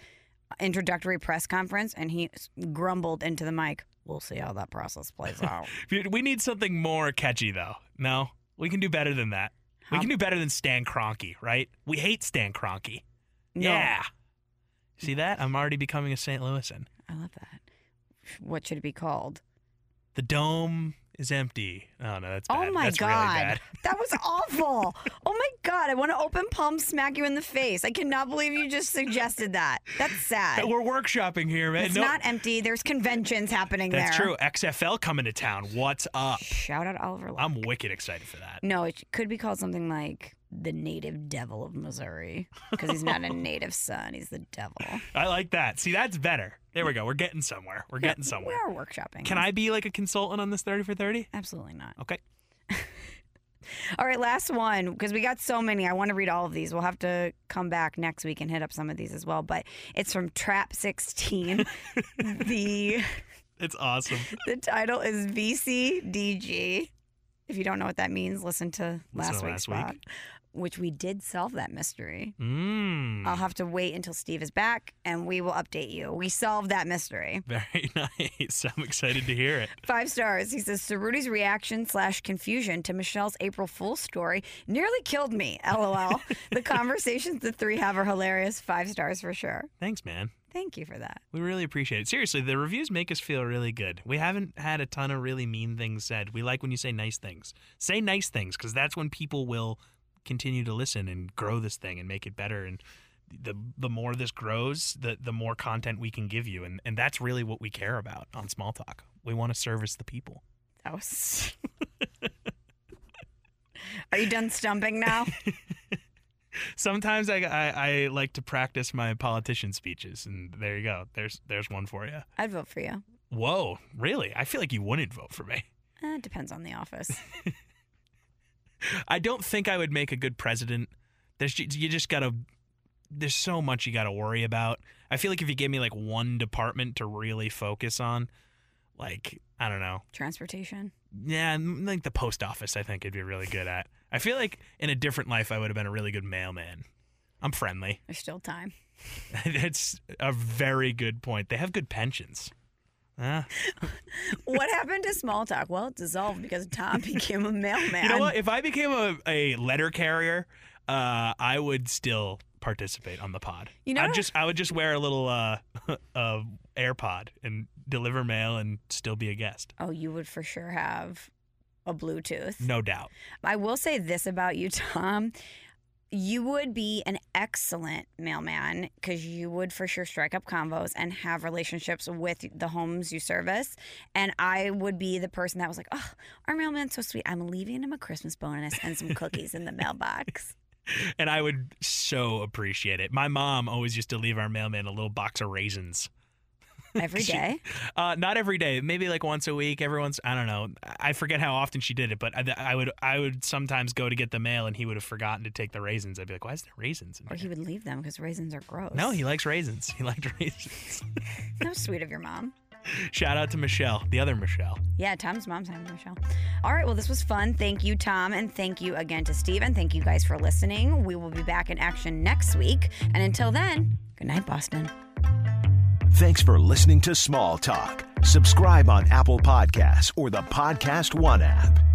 S2: introductory press conference, and he s- grumbled into the mic, "We'll see how that process plays out."
S3: Dude, We need something more catchy, though. No, we can do better than that. We
S2: How-
S3: can do better than Stan Kroenke, right? We hate Stan Kroenke.
S2: No.
S3: Yeah. See that? I'm already becoming a St. Louisan.
S2: I love that. What should it be called?
S3: The dome is empty. Oh no, that's bad.
S2: Oh my
S3: that's really
S2: god,
S3: bad.
S2: that was awful! oh my god, I want to open palm, smack you in the face. I cannot believe you just suggested that. That's sad.
S3: We're workshopping here, man.
S2: It's
S3: No-
S2: not empty. There's conventions happening
S3: that's
S2: there.
S3: true. Uh, XFL coming to town. What's up?
S2: Shout out Oliver. Luck.
S3: I'm wicked excited for that.
S2: no, it could be called something like the native devil of Missouri because he's not a native son. He's the devil.
S3: I like that. See, that's better. There we go. We're getting somewhere. We're getting
S2: We
S3: somewhere.
S2: are workshopping.
S3: Can I be like a consultant on this 30 for 30?
S2: Absolutely not.
S3: Okay.
S2: All right, last one because we got so many. I want to read all of these. We'll have to come back next week and hit up some of these as well. But it's from Trap 16. the
S3: It's awesome.
S2: the title is VCDG. If you don't know what that means, listen to last
S3: to
S2: week's
S3: last
S2: pod,
S3: week.
S2: which we did solve that mystery.
S3: Mmm.
S2: I'll have to wait until Steve is back and we will update you. We solved that mystery.
S3: Very nice. I'm excited to hear it.
S2: Five stars. He says, Cerruti's reaction slash confusion to Michelle's April Fool's story nearly killed me. LOL. the conversations the three have are hilarious. Five stars for sure.
S3: Thanks, man.
S2: Thank you for that.
S3: We really appreciate it. Seriously, the reviews make us feel really good. We haven't had a ton of really mean things said. We like when you say nice things. Say nice things because that's when people will continue to listen and grow this thing and make it better. And the the more this grows, the the more content we can give you. And and that's really what we care about on Small Talk. We want to service the people.
S2: That was. are you done stumping now?
S3: Sometimes I, I I like to practice my politician speeches, and there you go. There's there's one for you.
S2: I'd vote for you.
S3: Whoa, really? I feel like you wouldn't vote for me.
S2: Eh, it depends on the office.
S3: I don't think I would make a good president. There's ju- you just gotta. There's so much you gotta worry about. I feel like if you gave me like one department to really focus on, like I don't know,
S2: Transportation.
S3: yeah, m- like the post office. I think I'd be really good at. I feel like in a different life I would have been a really good mailman. I'm friendly.
S2: There's still time.
S3: That's a very good point. They have good pensions. Ah, Huh?
S2: What happened to small talk? Well, it dissolved because Tom became a mailman.
S3: You know what? If I became a, a letter carrier, uh, I would still participate on the pod.
S2: You know-
S3: I'd just I would just wear a little uh, uh AirPod and deliver mail and still be a guest.
S2: Oh, you would for sure have a Bluetooth.
S3: No doubt.
S2: I will say this about you, Tom. You would be an excellent mailman because you would for sure strike up convos and have relationships with the homes you service. And I would be the person that was like, oh, our mailman's so sweet. I'm leaving him a Christmas bonus and some cookies in the mailbox.
S3: And I would so appreciate it. My mom always used to leave our mailman a little box of raisins.
S2: Every
S3: She-
S2: day.
S3: Uh, not every day, maybe like once a week. Every once, I don't know. I forget how often she did it, but I, I would I would sometimes go to get the mail and he would have forgotten to take the raisins. I'd be like, why is there raisins in
S2: Or
S3: here?
S2: he would leave them because raisins are gross.
S3: No, he likes raisins. He liked raisins.
S2: That was sweet of your mom.
S3: Shout out to Michelle, the other Michelle.
S2: Yeah, Tom's mom's name is Michelle. All right, well, this was fun. Thank you, Tom, and thank you again to Steve, and thank you guys for listening. We will be back in action next week. And until then, good night, Boston.
S1: Thanks for listening to Small Talk. Subscribe on Apple Podcasts or the Podcast One app.